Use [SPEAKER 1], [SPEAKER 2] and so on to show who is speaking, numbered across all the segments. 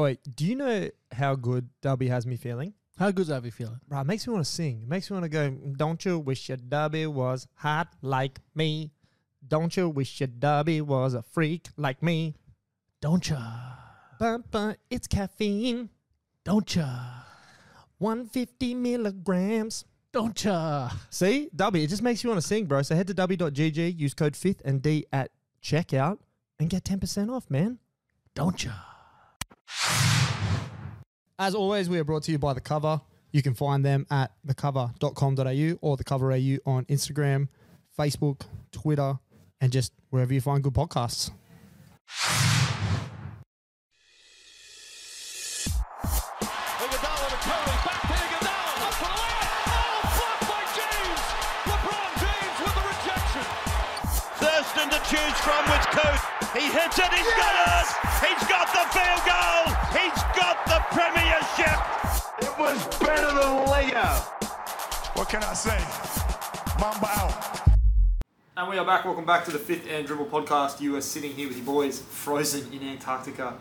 [SPEAKER 1] Oi, do you know how good Dubby has me feeling?
[SPEAKER 2] How good's Avi feeling?
[SPEAKER 1] Right, it makes me want to sing. It makes me want to go, don't you wish your Dubby was hot like me? Don't you wish your Dubby was a freak like me?
[SPEAKER 2] Don't ya?
[SPEAKER 1] But, but it's caffeine,
[SPEAKER 2] Don't ya?
[SPEAKER 1] 150 milligrams.
[SPEAKER 2] Don't ya?
[SPEAKER 1] See, Dubby, it just makes you want to sing, bro. So head to dubby.gg, use code 5th and D at checkout and get 10% off, man.
[SPEAKER 2] Don't ya?
[SPEAKER 1] As always, we are brought to you by The Cover. You can find them at thecover.com.au or The Cover AU on Instagram, Facebook, Twitter, and just wherever you find good podcasts.
[SPEAKER 3] Iguodala to Curry, back to Iguodala, up for the layup. Oh, blocked by James. LeBron James with the rejection.
[SPEAKER 4] Thurston to choose from with Coot. He hits it, He's got it! He's got the field goal! He's got the premiership!
[SPEAKER 5] It was better than Lego.
[SPEAKER 6] What can I say? Mamba out.
[SPEAKER 7] And we are back. Welcome back to the fifth and dribble podcast. You are sitting here with your boys, frozen in Antarctica.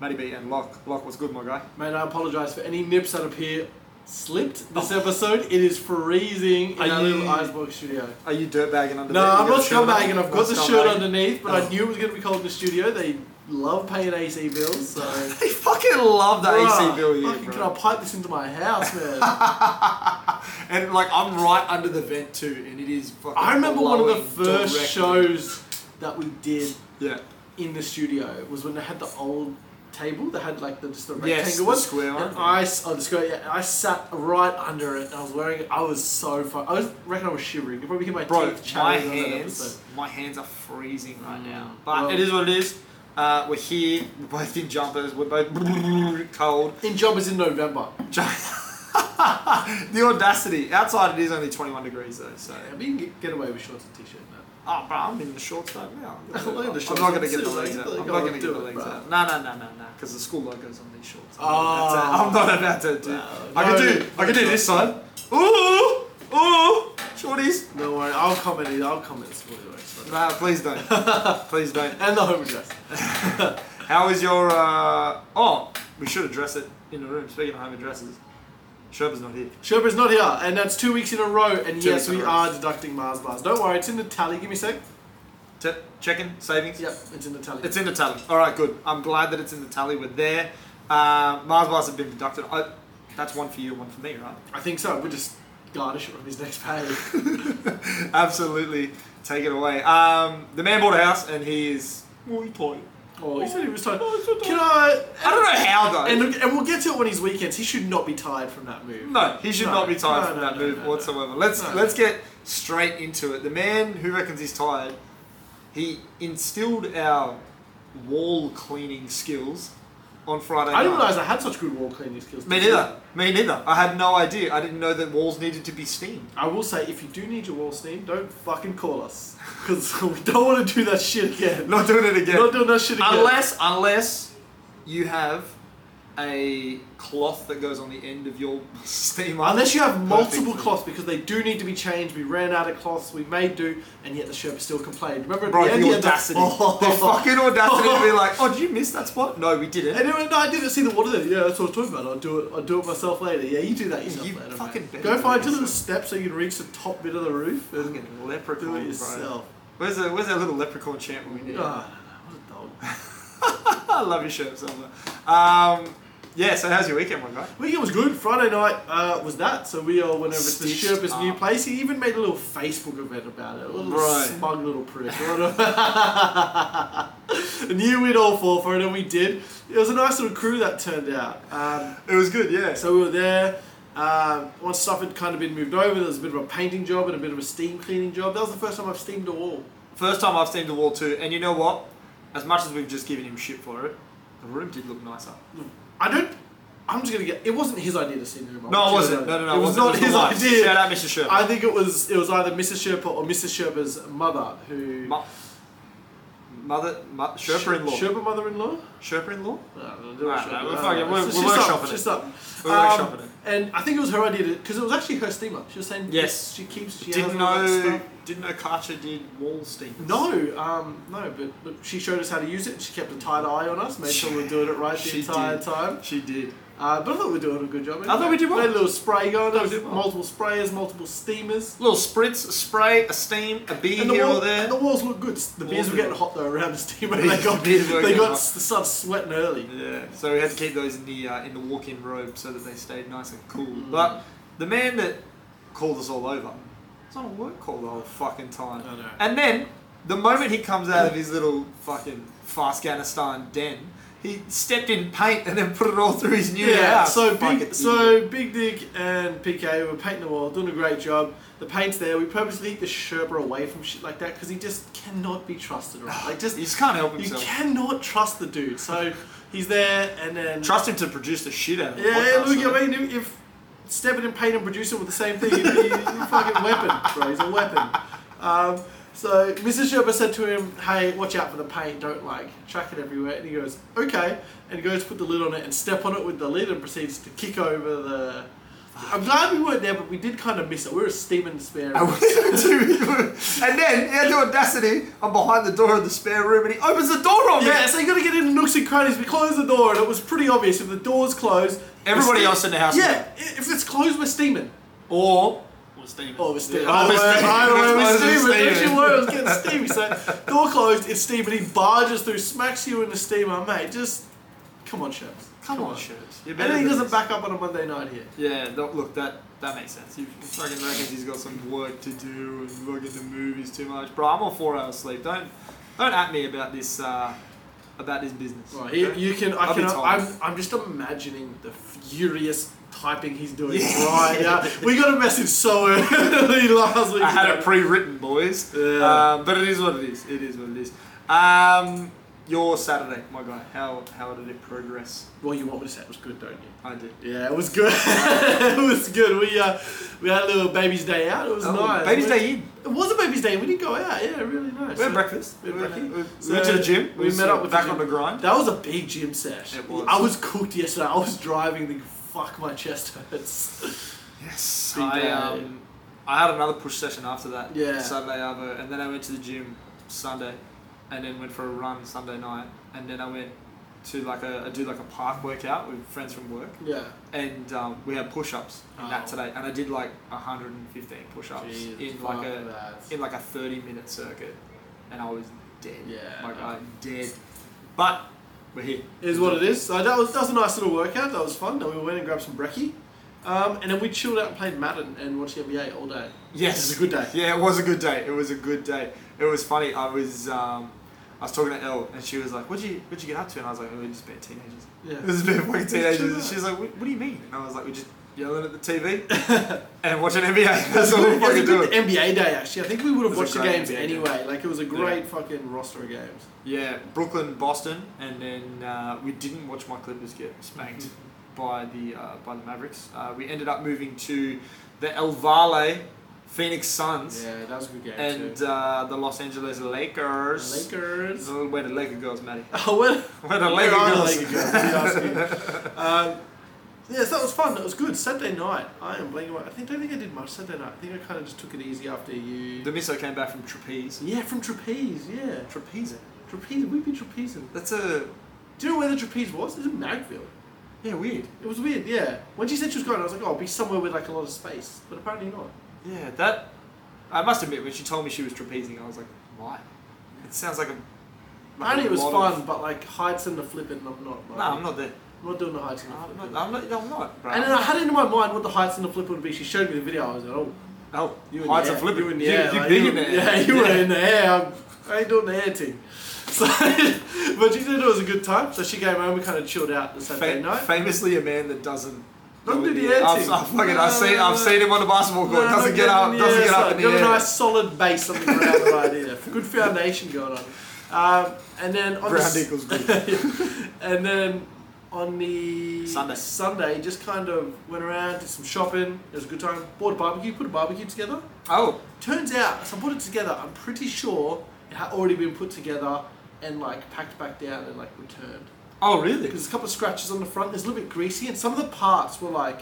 [SPEAKER 7] Matty B and Locke. Locke, what's good, my guy?
[SPEAKER 8] Mate, I apologise for any nips that appear slipped this
[SPEAKER 7] Oh.
[SPEAKER 8] episode. It is freezing in
[SPEAKER 7] Are
[SPEAKER 8] our little
[SPEAKER 7] you-
[SPEAKER 8] Icebox studio.
[SPEAKER 7] Are you dirtbagging under
[SPEAKER 8] No,
[SPEAKER 7] there? You
[SPEAKER 8] I'm
[SPEAKER 7] got
[SPEAKER 8] not
[SPEAKER 7] a shirt on?
[SPEAKER 8] scumbagging. I've got
[SPEAKER 7] Not
[SPEAKER 8] the shirt
[SPEAKER 7] scumbagging.
[SPEAKER 8] underneath, but
[SPEAKER 7] Oh.
[SPEAKER 8] I knew it was going to be cold in the studio. They love paying AC bills, so. they fucking love
[SPEAKER 7] the AC bill, yeah,
[SPEAKER 8] Fucking,
[SPEAKER 7] bro.
[SPEAKER 8] can I pipe this into my house, man?
[SPEAKER 7] And like, I'm right under the vent too, and it is fucking.
[SPEAKER 8] I remember one of the
[SPEAKER 7] blowing
[SPEAKER 8] first
[SPEAKER 7] directly.
[SPEAKER 8] shows that we did
[SPEAKER 7] Yeah.
[SPEAKER 8] in the studio was when they had the old table that had like the just the rectangle
[SPEAKER 7] Yes, the
[SPEAKER 8] one.
[SPEAKER 7] square one.
[SPEAKER 8] And I s- oh, the square yeah. And I sat right under it and I was wearing it. I was so fun. I was reckon I was shivering. You probably hear my
[SPEAKER 7] Bro,
[SPEAKER 8] teeth
[SPEAKER 7] my
[SPEAKER 8] chattering on that
[SPEAKER 7] hands,
[SPEAKER 8] episode.
[SPEAKER 7] my hands are freezing right now. But
[SPEAKER 8] well-
[SPEAKER 7] it is what it is. Uh, we're here. We're both in jumpers. We're both cold.
[SPEAKER 8] In job is in November.
[SPEAKER 7] the audacity. Outside, it is only 21 degrees though. So.
[SPEAKER 8] Yeah, we can get, get away with shorts and t-shirt now.
[SPEAKER 7] Oh, bro, I'm in the shorts right now. I'm
[SPEAKER 8] Look
[SPEAKER 7] gonna-
[SPEAKER 8] at the
[SPEAKER 7] I'm
[SPEAKER 8] shorts.
[SPEAKER 7] not gonna get the
[SPEAKER 8] Seriously,
[SPEAKER 7] legs out.
[SPEAKER 8] like,
[SPEAKER 7] I'm
[SPEAKER 8] go
[SPEAKER 7] not gonna
[SPEAKER 8] and
[SPEAKER 7] get
[SPEAKER 8] do
[SPEAKER 7] the
[SPEAKER 8] it,
[SPEAKER 7] legs
[SPEAKER 8] bro.
[SPEAKER 7] out. No, no, no, no, no, because the school logo's on these shorts. I'm, not, about
[SPEAKER 8] Oh.
[SPEAKER 7] to, I'm not about to do. I
[SPEAKER 8] no,
[SPEAKER 7] can do.
[SPEAKER 8] no,
[SPEAKER 7] I can do
[SPEAKER 8] no.
[SPEAKER 7] this side. Ooh, ooh, shorties.
[SPEAKER 8] No worry, I'll comment it. I'll comment it. Spoiler alert, but-
[SPEAKER 7] Nah, please don't. please don't.
[SPEAKER 8] And the home address.
[SPEAKER 7] How is your? uh Oh, we should address it in the room. Speaking of home addresses, Sherpa's not here.
[SPEAKER 8] Sherpa's not here, and that's two weeks in a row. And
[SPEAKER 7] Two weeks
[SPEAKER 8] yes,
[SPEAKER 7] in a
[SPEAKER 8] we
[SPEAKER 7] row.
[SPEAKER 8] are deducting Mars bars. Don't worry, it's in the tally. Give me a sec.
[SPEAKER 7] Te- checking savings.
[SPEAKER 8] Yep, it's in the tally.
[SPEAKER 7] It's in the tally. All right, good. I'm glad that it's in the tally. We're there. Uh, Mars bars have been deducted. I, that's one for you, one for me, right?
[SPEAKER 8] I think so. We'll just garnish it on his next page.
[SPEAKER 7] Absolutely, take it away. Um, the man bought a house, and he is. Well, he's tired.
[SPEAKER 8] Oh, he said he was tired.
[SPEAKER 7] so tired.
[SPEAKER 8] Can I?
[SPEAKER 7] I don't know how though.
[SPEAKER 8] And, and we'll get to it when he's weekends. He should not be tired from that move.
[SPEAKER 7] no, he should
[SPEAKER 8] No,
[SPEAKER 7] not be tired
[SPEAKER 8] no,
[SPEAKER 7] from
[SPEAKER 8] no,
[SPEAKER 7] that
[SPEAKER 8] no,
[SPEAKER 7] move
[SPEAKER 8] no, no.
[SPEAKER 7] whatsoever. Let's
[SPEAKER 8] No.
[SPEAKER 7] let's get straight into it. The man who reckons he's tired, he instilled our wall cleaning skills on Friday.
[SPEAKER 8] I didn't
[SPEAKER 7] night.
[SPEAKER 8] realise I had such good wall cleaning skills.
[SPEAKER 7] Me neither. Me neither. I had no idea. I didn't know that walls needed to be steamed.
[SPEAKER 8] I will say, if you do need your wall steam, don't fucking call us. Because we don't want to do that shit again.
[SPEAKER 7] Not doing it again.
[SPEAKER 8] Not doing that shit again.
[SPEAKER 7] unless unless you have a cloth that goes on the end of your steamer.
[SPEAKER 8] Unless you have multiple
[SPEAKER 7] Perfect.
[SPEAKER 8] cloths, because they do need to be changed. We ran out of cloths, we made do, and yet the Sherpa still complained. Remember at
[SPEAKER 7] Bro,
[SPEAKER 8] the end, he
[SPEAKER 7] the
[SPEAKER 8] had
[SPEAKER 7] audacity.
[SPEAKER 8] Oh.
[SPEAKER 7] The fucking audacity to be like, oh, did you miss that spot? No, we
[SPEAKER 8] And
[SPEAKER 7] didn't.
[SPEAKER 8] then when I didn't see the water there. Yeah, that's what I was talking about. I'll do it. I'll do it myself later. Yeah, you do that yourself
[SPEAKER 7] You
[SPEAKER 8] later. mate.
[SPEAKER 7] fucking better do
[SPEAKER 8] Go
[SPEAKER 7] it
[SPEAKER 8] find your little
[SPEAKER 7] yourself.
[SPEAKER 8] steps so you can reach the top bit of the roof and
[SPEAKER 7] Fucking leprechaun,
[SPEAKER 8] do
[SPEAKER 7] Oh, bro.
[SPEAKER 8] it yourself.
[SPEAKER 7] Where's the where's that little leprechaun chant we need?
[SPEAKER 8] Ah, no, what a dog.
[SPEAKER 7] I love your shirt, Selma. Um, yeah. So how's your weekend, my guy?
[SPEAKER 8] Weekend was good. Friday night uh, was that, so we all went over to the
[SPEAKER 7] Stitched
[SPEAKER 8] Sherpa's new
[SPEAKER 7] up.
[SPEAKER 8] place. He even made a little Facebook event about it. A little
[SPEAKER 7] Right.
[SPEAKER 8] smug little prick. What a- Knew we'd all fall for it, and we did. It was a nice little crew that turned out. Um,
[SPEAKER 7] It was good, yeah.
[SPEAKER 8] So we were there. Um, once stuff had kind of been moved over, there was a bit of a painting job and a bit of a steam cleaning job. That was the first time I've steamed a wall.
[SPEAKER 7] First time I've steamed a wall too, and you know what? As much as we've just given him shit for it, the room did look nicer.
[SPEAKER 8] I don't. I'm just gonna get. It wasn't his idea to steam the room.
[SPEAKER 7] No, it
[SPEAKER 8] I'm sure
[SPEAKER 7] wasn't. No,
[SPEAKER 8] that-
[SPEAKER 7] no, no.
[SPEAKER 8] It was
[SPEAKER 7] wasn't.
[SPEAKER 8] not his
[SPEAKER 7] the wife.
[SPEAKER 8] idea.
[SPEAKER 7] Shout out, Mr. Sherpa.
[SPEAKER 8] I think it was it was either Mrs. Sherpa or Mrs. Sherpa's mother who
[SPEAKER 7] Mu- mother, mu- Sherpa in law.
[SPEAKER 8] Sherpa mother-in-law?
[SPEAKER 7] Sherpa in law?
[SPEAKER 8] No, no,
[SPEAKER 7] Nah,
[SPEAKER 8] Sherpa.
[SPEAKER 7] nah, we're
[SPEAKER 8] No,
[SPEAKER 7] fucking-
[SPEAKER 8] no,
[SPEAKER 7] we're-
[SPEAKER 8] it's
[SPEAKER 7] we're
[SPEAKER 8] just up,
[SPEAKER 7] workshopping it.
[SPEAKER 8] just up.
[SPEAKER 7] We're
[SPEAKER 8] Um,
[SPEAKER 7] workshopping it.
[SPEAKER 8] And I think it was her idea because it was actually her steamer. She was saying
[SPEAKER 7] Yes.
[SPEAKER 8] she keeps she
[SPEAKER 7] Didn't
[SPEAKER 8] has all that
[SPEAKER 7] know,
[SPEAKER 8] stuff.
[SPEAKER 7] didn't know Karcher did wall steamers.
[SPEAKER 8] No, um, no, but, but she showed us how to use it. She kept a tight eye on us, made sure we were doing it right the
[SPEAKER 7] She
[SPEAKER 8] entire
[SPEAKER 7] did.
[SPEAKER 8] time.
[SPEAKER 7] She did.
[SPEAKER 8] Uh, but I thought we were doing a good job.
[SPEAKER 7] thought we did well.
[SPEAKER 8] We had a little spray going,
[SPEAKER 7] we did well.
[SPEAKER 8] multiple sprayers, multiple steamers.
[SPEAKER 7] Little spritz, a spray, a steam, a beer
[SPEAKER 8] And the,
[SPEAKER 7] here
[SPEAKER 8] wall,
[SPEAKER 7] or there.
[SPEAKER 8] and the walls look good. The
[SPEAKER 7] Walls
[SPEAKER 8] beers were
[SPEAKER 7] look-
[SPEAKER 8] getting hot though around the steamer.
[SPEAKER 7] Beers-
[SPEAKER 8] They got,
[SPEAKER 7] beers were
[SPEAKER 8] they
[SPEAKER 7] getting
[SPEAKER 8] got
[SPEAKER 7] hot.
[SPEAKER 8] s- started sweating early.
[SPEAKER 7] Yeah, so we had to keep those in the uh, in the walk-in robe so that they stayed nice and cool.
[SPEAKER 8] Mm.
[SPEAKER 7] But the man that called us all over, was on a work call the whole fucking time.
[SPEAKER 8] I know.
[SPEAKER 7] And then the moment he comes out of his little fucking Afghanistan den, he stepped in paint and then put it all through his new
[SPEAKER 8] Yeah,
[SPEAKER 7] house.
[SPEAKER 8] so
[SPEAKER 7] Fucking
[SPEAKER 8] big,
[SPEAKER 7] idiot.
[SPEAKER 8] so big Dick and PK were painting the wall, doing a great job. The paint's there. We purposely keep the Sherpa away from shit like that because he just cannot be trusted. Right? Like just
[SPEAKER 7] he just can't help
[SPEAKER 8] you
[SPEAKER 7] himself.
[SPEAKER 8] cannot trust the dude. So he's there, and then
[SPEAKER 7] Trust him to produce the shit out of the
[SPEAKER 8] Yeah,
[SPEAKER 7] podcast,
[SPEAKER 8] look,
[SPEAKER 7] so-
[SPEAKER 8] I mean, if, if Stebbin and Payne and producer were the same thing, he'd be a fucking weapon, bro. He's a weapon. Um, so Mrs. Sherpa said to him, "Hey, watch out for the paint. Don't like chuck it everywhere." And he goes, "Okay," and he goes to put the lid on it and step on it with the lid and proceeds to kick over the. I'm glad we weren't there, but we did kind of miss it. We were steaming despair.
[SPEAKER 7] I went to- and then he had the audacity. I'm behind the door of the spare room, and he opens the door on me.
[SPEAKER 8] Yeah, so you got to get in the nooks and crannies. We closed the door, and it was pretty obvious. If the door's closed, we're
[SPEAKER 7] Everybody
[SPEAKER 8] steam-
[SPEAKER 7] else in the house-
[SPEAKER 8] Yeah, i- if it's closed, we're steaming.
[SPEAKER 7] Or was Steven.
[SPEAKER 8] Oh, it was steamy.
[SPEAKER 7] Yeah, oh, it was steamy.
[SPEAKER 8] I
[SPEAKER 7] It was steamy.
[SPEAKER 8] was steamy. Don't you worry, I was getting steamy. So, door closed, it's steamy. He barges through, smacks you in the steamer, mate. Just come on, Sherps.
[SPEAKER 7] Come on, shirts. You're
[SPEAKER 8] And
[SPEAKER 7] better
[SPEAKER 8] then he
[SPEAKER 7] than
[SPEAKER 8] doesn't
[SPEAKER 7] this.
[SPEAKER 8] back up on a Monday night here.
[SPEAKER 7] Yeah, no, look, that that makes sense. He fucking reckons he's got some work to do and fucking the movies too much. Bro, I'm on four hours sleep. Don't don't at me about this uh, about this business.
[SPEAKER 8] Right, you,
[SPEAKER 7] okay?
[SPEAKER 8] you can. I
[SPEAKER 7] I'll be
[SPEAKER 8] can.
[SPEAKER 7] tired.
[SPEAKER 8] I'm, I'm just imagining the furious typing he's doing right now. We got a message so early last week.
[SPEAKER 7] I had it pre-written, boys.
[SPEAKER 8] Yeah.
[SPEAKER 7] Um, but it is what it is. It is what it is. Um, your Saturday, my guy. How how did it progress?
[SPEAKER 8] well, you want me to say it was good, don't you?
[SPEAKER 7] I did.
[SPEAKER 8] Yeah, it was good. it was good. We uh, we had a little baby's day out. It was
[SPEAKER 7] Oh,
[SPEAKER 8] nice.
[SPEAKER 7] baby's
[SPEAKER 8] We-
[SPEAKER 7] day in.
[SPEAKER 8] It was a baby's day. We didn't go out. Yeah, really nice.
[SPEAKER 7] We had
[SPEAKER 8] So-
[SPEAKER 7] breakfast.
[SPEAKER 8] We,
[SPEAKER 7] We
[SPEAKER 8] had breakfast.
[SPEAKER 7] went- we went to the gym.
[SPEAKER 8] We,
[SPEAKER 7] We
[SPEAKER 8] met up with
[SPEAKER 7] back
[SPEAKER 8] the
[SPEAKER 7] on
[SPEAKER 8] gym.
[SPEAKER 7] the grind.
[SPEAKER 8] That was a big gym sesh.
[SPEAKER 7] It was.
[SPEAKER 8] I was cooked yesterday. I was driving. The fuck my chest hurts.
[SPEAKER 7] Yes.
[SPEAKER 8] Big
[SPEAKER 7] I
[SPEAKER 8] day.
[SPEAKER 7] um, I had another push session after that.
[SPEAKER 8] Yeah.
[SPEAKER 7] Saturday Arvo, and then I went to the gym Sunday, and then went for a run Sunday night, and then I went to like a I do like a park workout with friends from work,
[SPEAKER 8] yeah.
[SPEAKER 7] and um, we had push ups in that
[SPEAKER 8] Oh.
[SPEAKER 7] today, and I did like 115 push ups
[SPEAKER 8] Jesus,
[SPEAKER 7] in
[SPEAKER 8] fuck
[SPEAKER 7] like a
[SPEAKER 8] that.
[SPEAKER 7] in like a 30 minute circuit, and I was dead.
[SPEAKER 8] Yeah,
[SPEAKER 7] Like
[SPEAKER 8] no.
[SPEAKER 7] I'm dead, but we're here.
[SPEAKER 8] It is what it is. So that was that was a nice little workout. That was fun. Then we went and grabbed some brekkie. Um, and then we chilled out and played Madden and watched the NBA all day.
[SPEAKER 7] Yes,
[SPEAKER 8] It was a good day.
[SPEAKER 7] Yeah, it was a good day. It was a good day. It was funny. I was um, I was talking to Elle, and she was like, "What'd you What'd you get up to?" And I was like, "Oh, we just been teenagers.
[SPEAKER 8] Yeah. uh,
[SPEAKER 7] This has been fucking
[SPEAKER 8] chill
[SPEAKER 7] teenagers." And
[SPEAKER 8] out.
[SPEAKER 7] she's like, what, "What do you mean?" And I was like, "We just yelling at the TV and watching NBA. That's all we're
[SPEAKER 8] It was a
[SPEAKER 7] fucking
[SPEAKER 8] good
[SPEAKER 7] doing."
[SPEAKER 8] NBA day actually. I think we would have
[SPEAKER 7] It was
[SPEAKER 8] watched
[SPEAKER 7] a
[SPEAKER 8] the
[SPEAKER 7] great
[SPEAKER 8] games
[SPEAKER 7] NBA day.
[SPEAKER 8] anyway. Like it was a great fucking roster of games.
[SPEAKER 7] Yeah, Brooklyn, Boston, and then uh, we didn't watch my Clippers get spanked
[SPEAKER 8] Mm-hmm.
[SPEAKER 7] by the uh, by the Mavericks. Uh, we ended up moving to the El Valle Phoenix Suns.
[SPEAKER 8] Yeah, that was a good game
[SPEAKER 7] And
[SPEAKER 8] too.
[SPEAKER 7] uh, the Los Angeles Lakers.
[SPEAKER 8] Lakers.
[SPEAKER 7] Oh, Where the Laker girls, Matty?
[SPEAKER 8] Oh, where,
[SPEAKER 7] Where the Laker
[SPEAKER 8] are
[SPEAKER 7] girls?
[SPEAKER 8] Laker girls? Yes, um, yes, that was fun. That was good. Saturday night, I am blanking. out. I think don't think I did much Saturday night. I think I kind of just took it easy after you.
[SPEAKER 7] The miso came back from trapeze.
[SPEAKER 8] yeah, from trapeze. Yeah,
[SPEAKER 7] Trapezing.
[SPEAKER 8] trapeze. We'd be trapezing.
[SPEAKER 7] That's a
[SPEAKER 8] Do you know where the trapeze was? It was in Magville.
[SPEAKER 7] yeah weird.
[SPEAKER 8] It was weird. Yeah. When she said she was going, I was like, oh, I'll be somewhere with like a lot of space. But apparently not.
[SPEAKER 7] Yeah, that I must admit when she told me she was trapezing, I was like, why? It sounds like a.
[SPEAKER 8] Apparently it was
[SPEAKER 7] lot
[SPEAKER 8] fun,
[SPEAKER 7] of-
[SPEAKER 8] but like heights and the flipping, I'm not. Like,
[SPEAKER 7] No, I'm not there.
[SPEAKER 8] I'm not doing the heights and the
[SPEAKER 7] I'm
[SPEAKER 8] flipping.
[SPEAKER 7] not. I'm not. I'm not bro.
[SPEAKER 8] And uh, then I had it in my mind what the heights and the flip would be. She showed me the video. I was like, oh,
[SPEAKER 7] oh,
[SPEAKER 8] you in
[SPEAKER 7] heights
[SPEAKER 8] the
[SPEAKER 7] are
[SPEAKER 8] air.
[SPEAKER 7] flipping.
[SPEAKER 8] You in the
[SPEAKER 7] You-
[SPEAKER 8] air.
[SPEAKER 7] you
[SPEAKER 8] like,
[SPEAKER 7] big
[SPEAKER 8] you-
[SPEAKER 7] in the air.
[SPEAKER 8] Yeah, you were
[SPEAKER 7] Yeah.
[SPEAKER 8] in the air. I'm, I ain't doing the air thing. So, but she said it was a good time. So she came home. We kind of chilled out the Saturday
[SPEAKER 7] Fa-
[SPEAKER 8] night.
[SPEAKER 7] famously, a man that doesn't.
[SPEAKER 8] Don't
[SPEAKER 7] go
[SPEAKER 8] do
[SPEAKER 7] in
[SPEAKER 8] the air
[SPEAKER 7] I've,
[SPEAKER 8] thing.
[SPEAKER 7] I've, fucking,
[SPEAKER 8] No,
[SPEAKER 7] I've
[SPEAKER 8] no,
[SPEAKER 7] seen.
[SPEAKER 8] no,
[SPEAKER 7] I've
[SPEAKER 8] no.
[SPEAKER 7] seen him on the basketball court.
[SPEAKER 8] No,
[SPEAKER 7] doesn't
[SPEAKER 8] not
[SPEAKER 7] get
[SPEAKER 8] getting
[SPEAKER 7] up.
[SPEAKER 8] in the
[SPEAKER 7] Doesn't
[SPEAKER 8] air,
[SPEAKER 7] get
[SPEAKER 8] so
[SPEAKER 7] up in the
[SPEAKER 8] Got a
[SPEAKER 7] air.
[SPEAKER 8] nice solid base on the ground of idea. Good foundation going on. Um, and then on the
[SPEAKER 7] Ground
[SPEAKER 8] s-
[SPEAKER 7] equals good.
[SPEAKER 8] and then on the
[SPEAKER 7] Sunday.
[SPEAKER 8] Sunday, just kind of went around, did some shopping. It was a good time. Bought a barbecue, put a barbecue together.
[SPEAKER 7] Oh,
[SPEAKER 8] Turns out, so I put it together. I'm pretty sure it had already been put together and like packed back down and like returned.
[SPEAKER 7] Oh, really?
[SPEAKER 8] There's a couple of scratches on the front. There's a little bit greasy, and some of the parts were like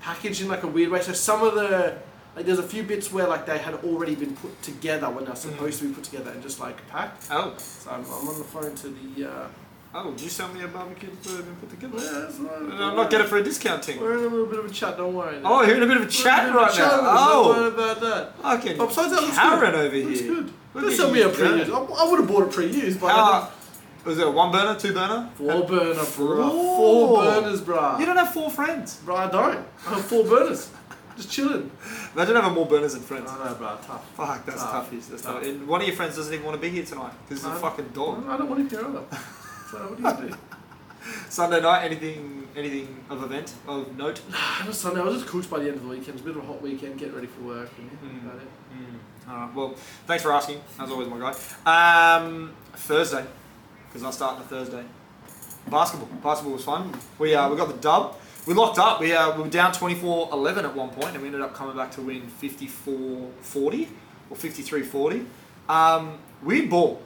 [SPEAKER 8] packaged in like a weird way. So some of the like there's a few bits where like they had already been put together when they're supposed to be put together and just like packed.
[SPEAKER 7] Oh,
[SPEAKER 8] So I'm, I'm on the phone to the. Uh,
[SPEAKER 7] oh, do you sell me a barbecue that's been put together?
[SPEAKER 8] yeah, it's not-
[SPEAKER 7] And I'm not getting it for a discount thing.
[SPEAKER 8] We're in a little bit of a chat. Don't worry.
[SPEAKER 7] Oh, you're in a bit of a
[SPEAKER 8] We're
[SPEAKER 7] chat
[SPEAKER 8] in a bit of a
[SPEAKER 7] right now.
[SPEAKER 8] chat, Don't worry
[SPEAKER 7] Oh,
[SPEAKER 8] about that.
[SPEAKER 7] fucking
[SPEAKER 8] But besides that, it looks
[SPEAKER 7] Karen
[SPEAKER 8] good.
[SPEAKER 7] over
[SPEAKER 8] Looks
[SPEAKER 7] here.
[SPEAKER 8] good.
[SPEAKER 7] Look
[SPEAKER 8] This
[SPEAKER 7] at
[SPEAKER 8] will be
[SPEAKER 7] you Ah.
[SPEAKER 8] a pre-used. I,
[SPEAKER 7] go.
[SPEAKER 8] would have bought a pre-used, but I
[SPEAKER 7] How,
[SPEAKER 8] didn't.
[SPEAKER 7] was it a one burner, two burner?
[SPEAKER 8] Four burner, bruh.
[SPEAKER 7] Four.
[SPEAKER 8] Four burners, bruh.
[SPEAKER 7] You don't have four friends.
[SPEAKER 8] Bro, I don't. I have four burners. Just chilling.
[SPEAKER 7] Imagine having more burners than friends.
[SPEAKER 8] I know, bro. Tough.
[SPEAKER 7] Fuck, that's
[SPEAKER 8] Tough.
[SPEAKER 7] toughies. That's
[SPEAKER 8] Tough.
[SPEAKER 7] tough. And one of your friends doesn't even want to be here tonight because he's a
[SPEAKER 8] No.
[SPEAKER 7] fucking dog.
[SPEAKER 8] I don't want to hear either. So what do you do?
[SPEAKER 7] Sunday night, anything, anything of event of note?
[SPEAKER 8] I just Sunday. I was just cooked by the end of the weekend. It's a bit of a hot weekend. Get ready for work. And
[SPEAKER 7] Mm.
[SPEAKER 8] about it.
[SPEAKER 7] All right. Well, thanks for asking. As always, my guy. Um, Thursday, because I start on a Thursday. Basketball. Basketball was fun. We uh, we got the dub. We locked up. We, uh, we were down 24-11 at one point, and we ended up coming back to win 54-40 or 53-40. Um, weird ball.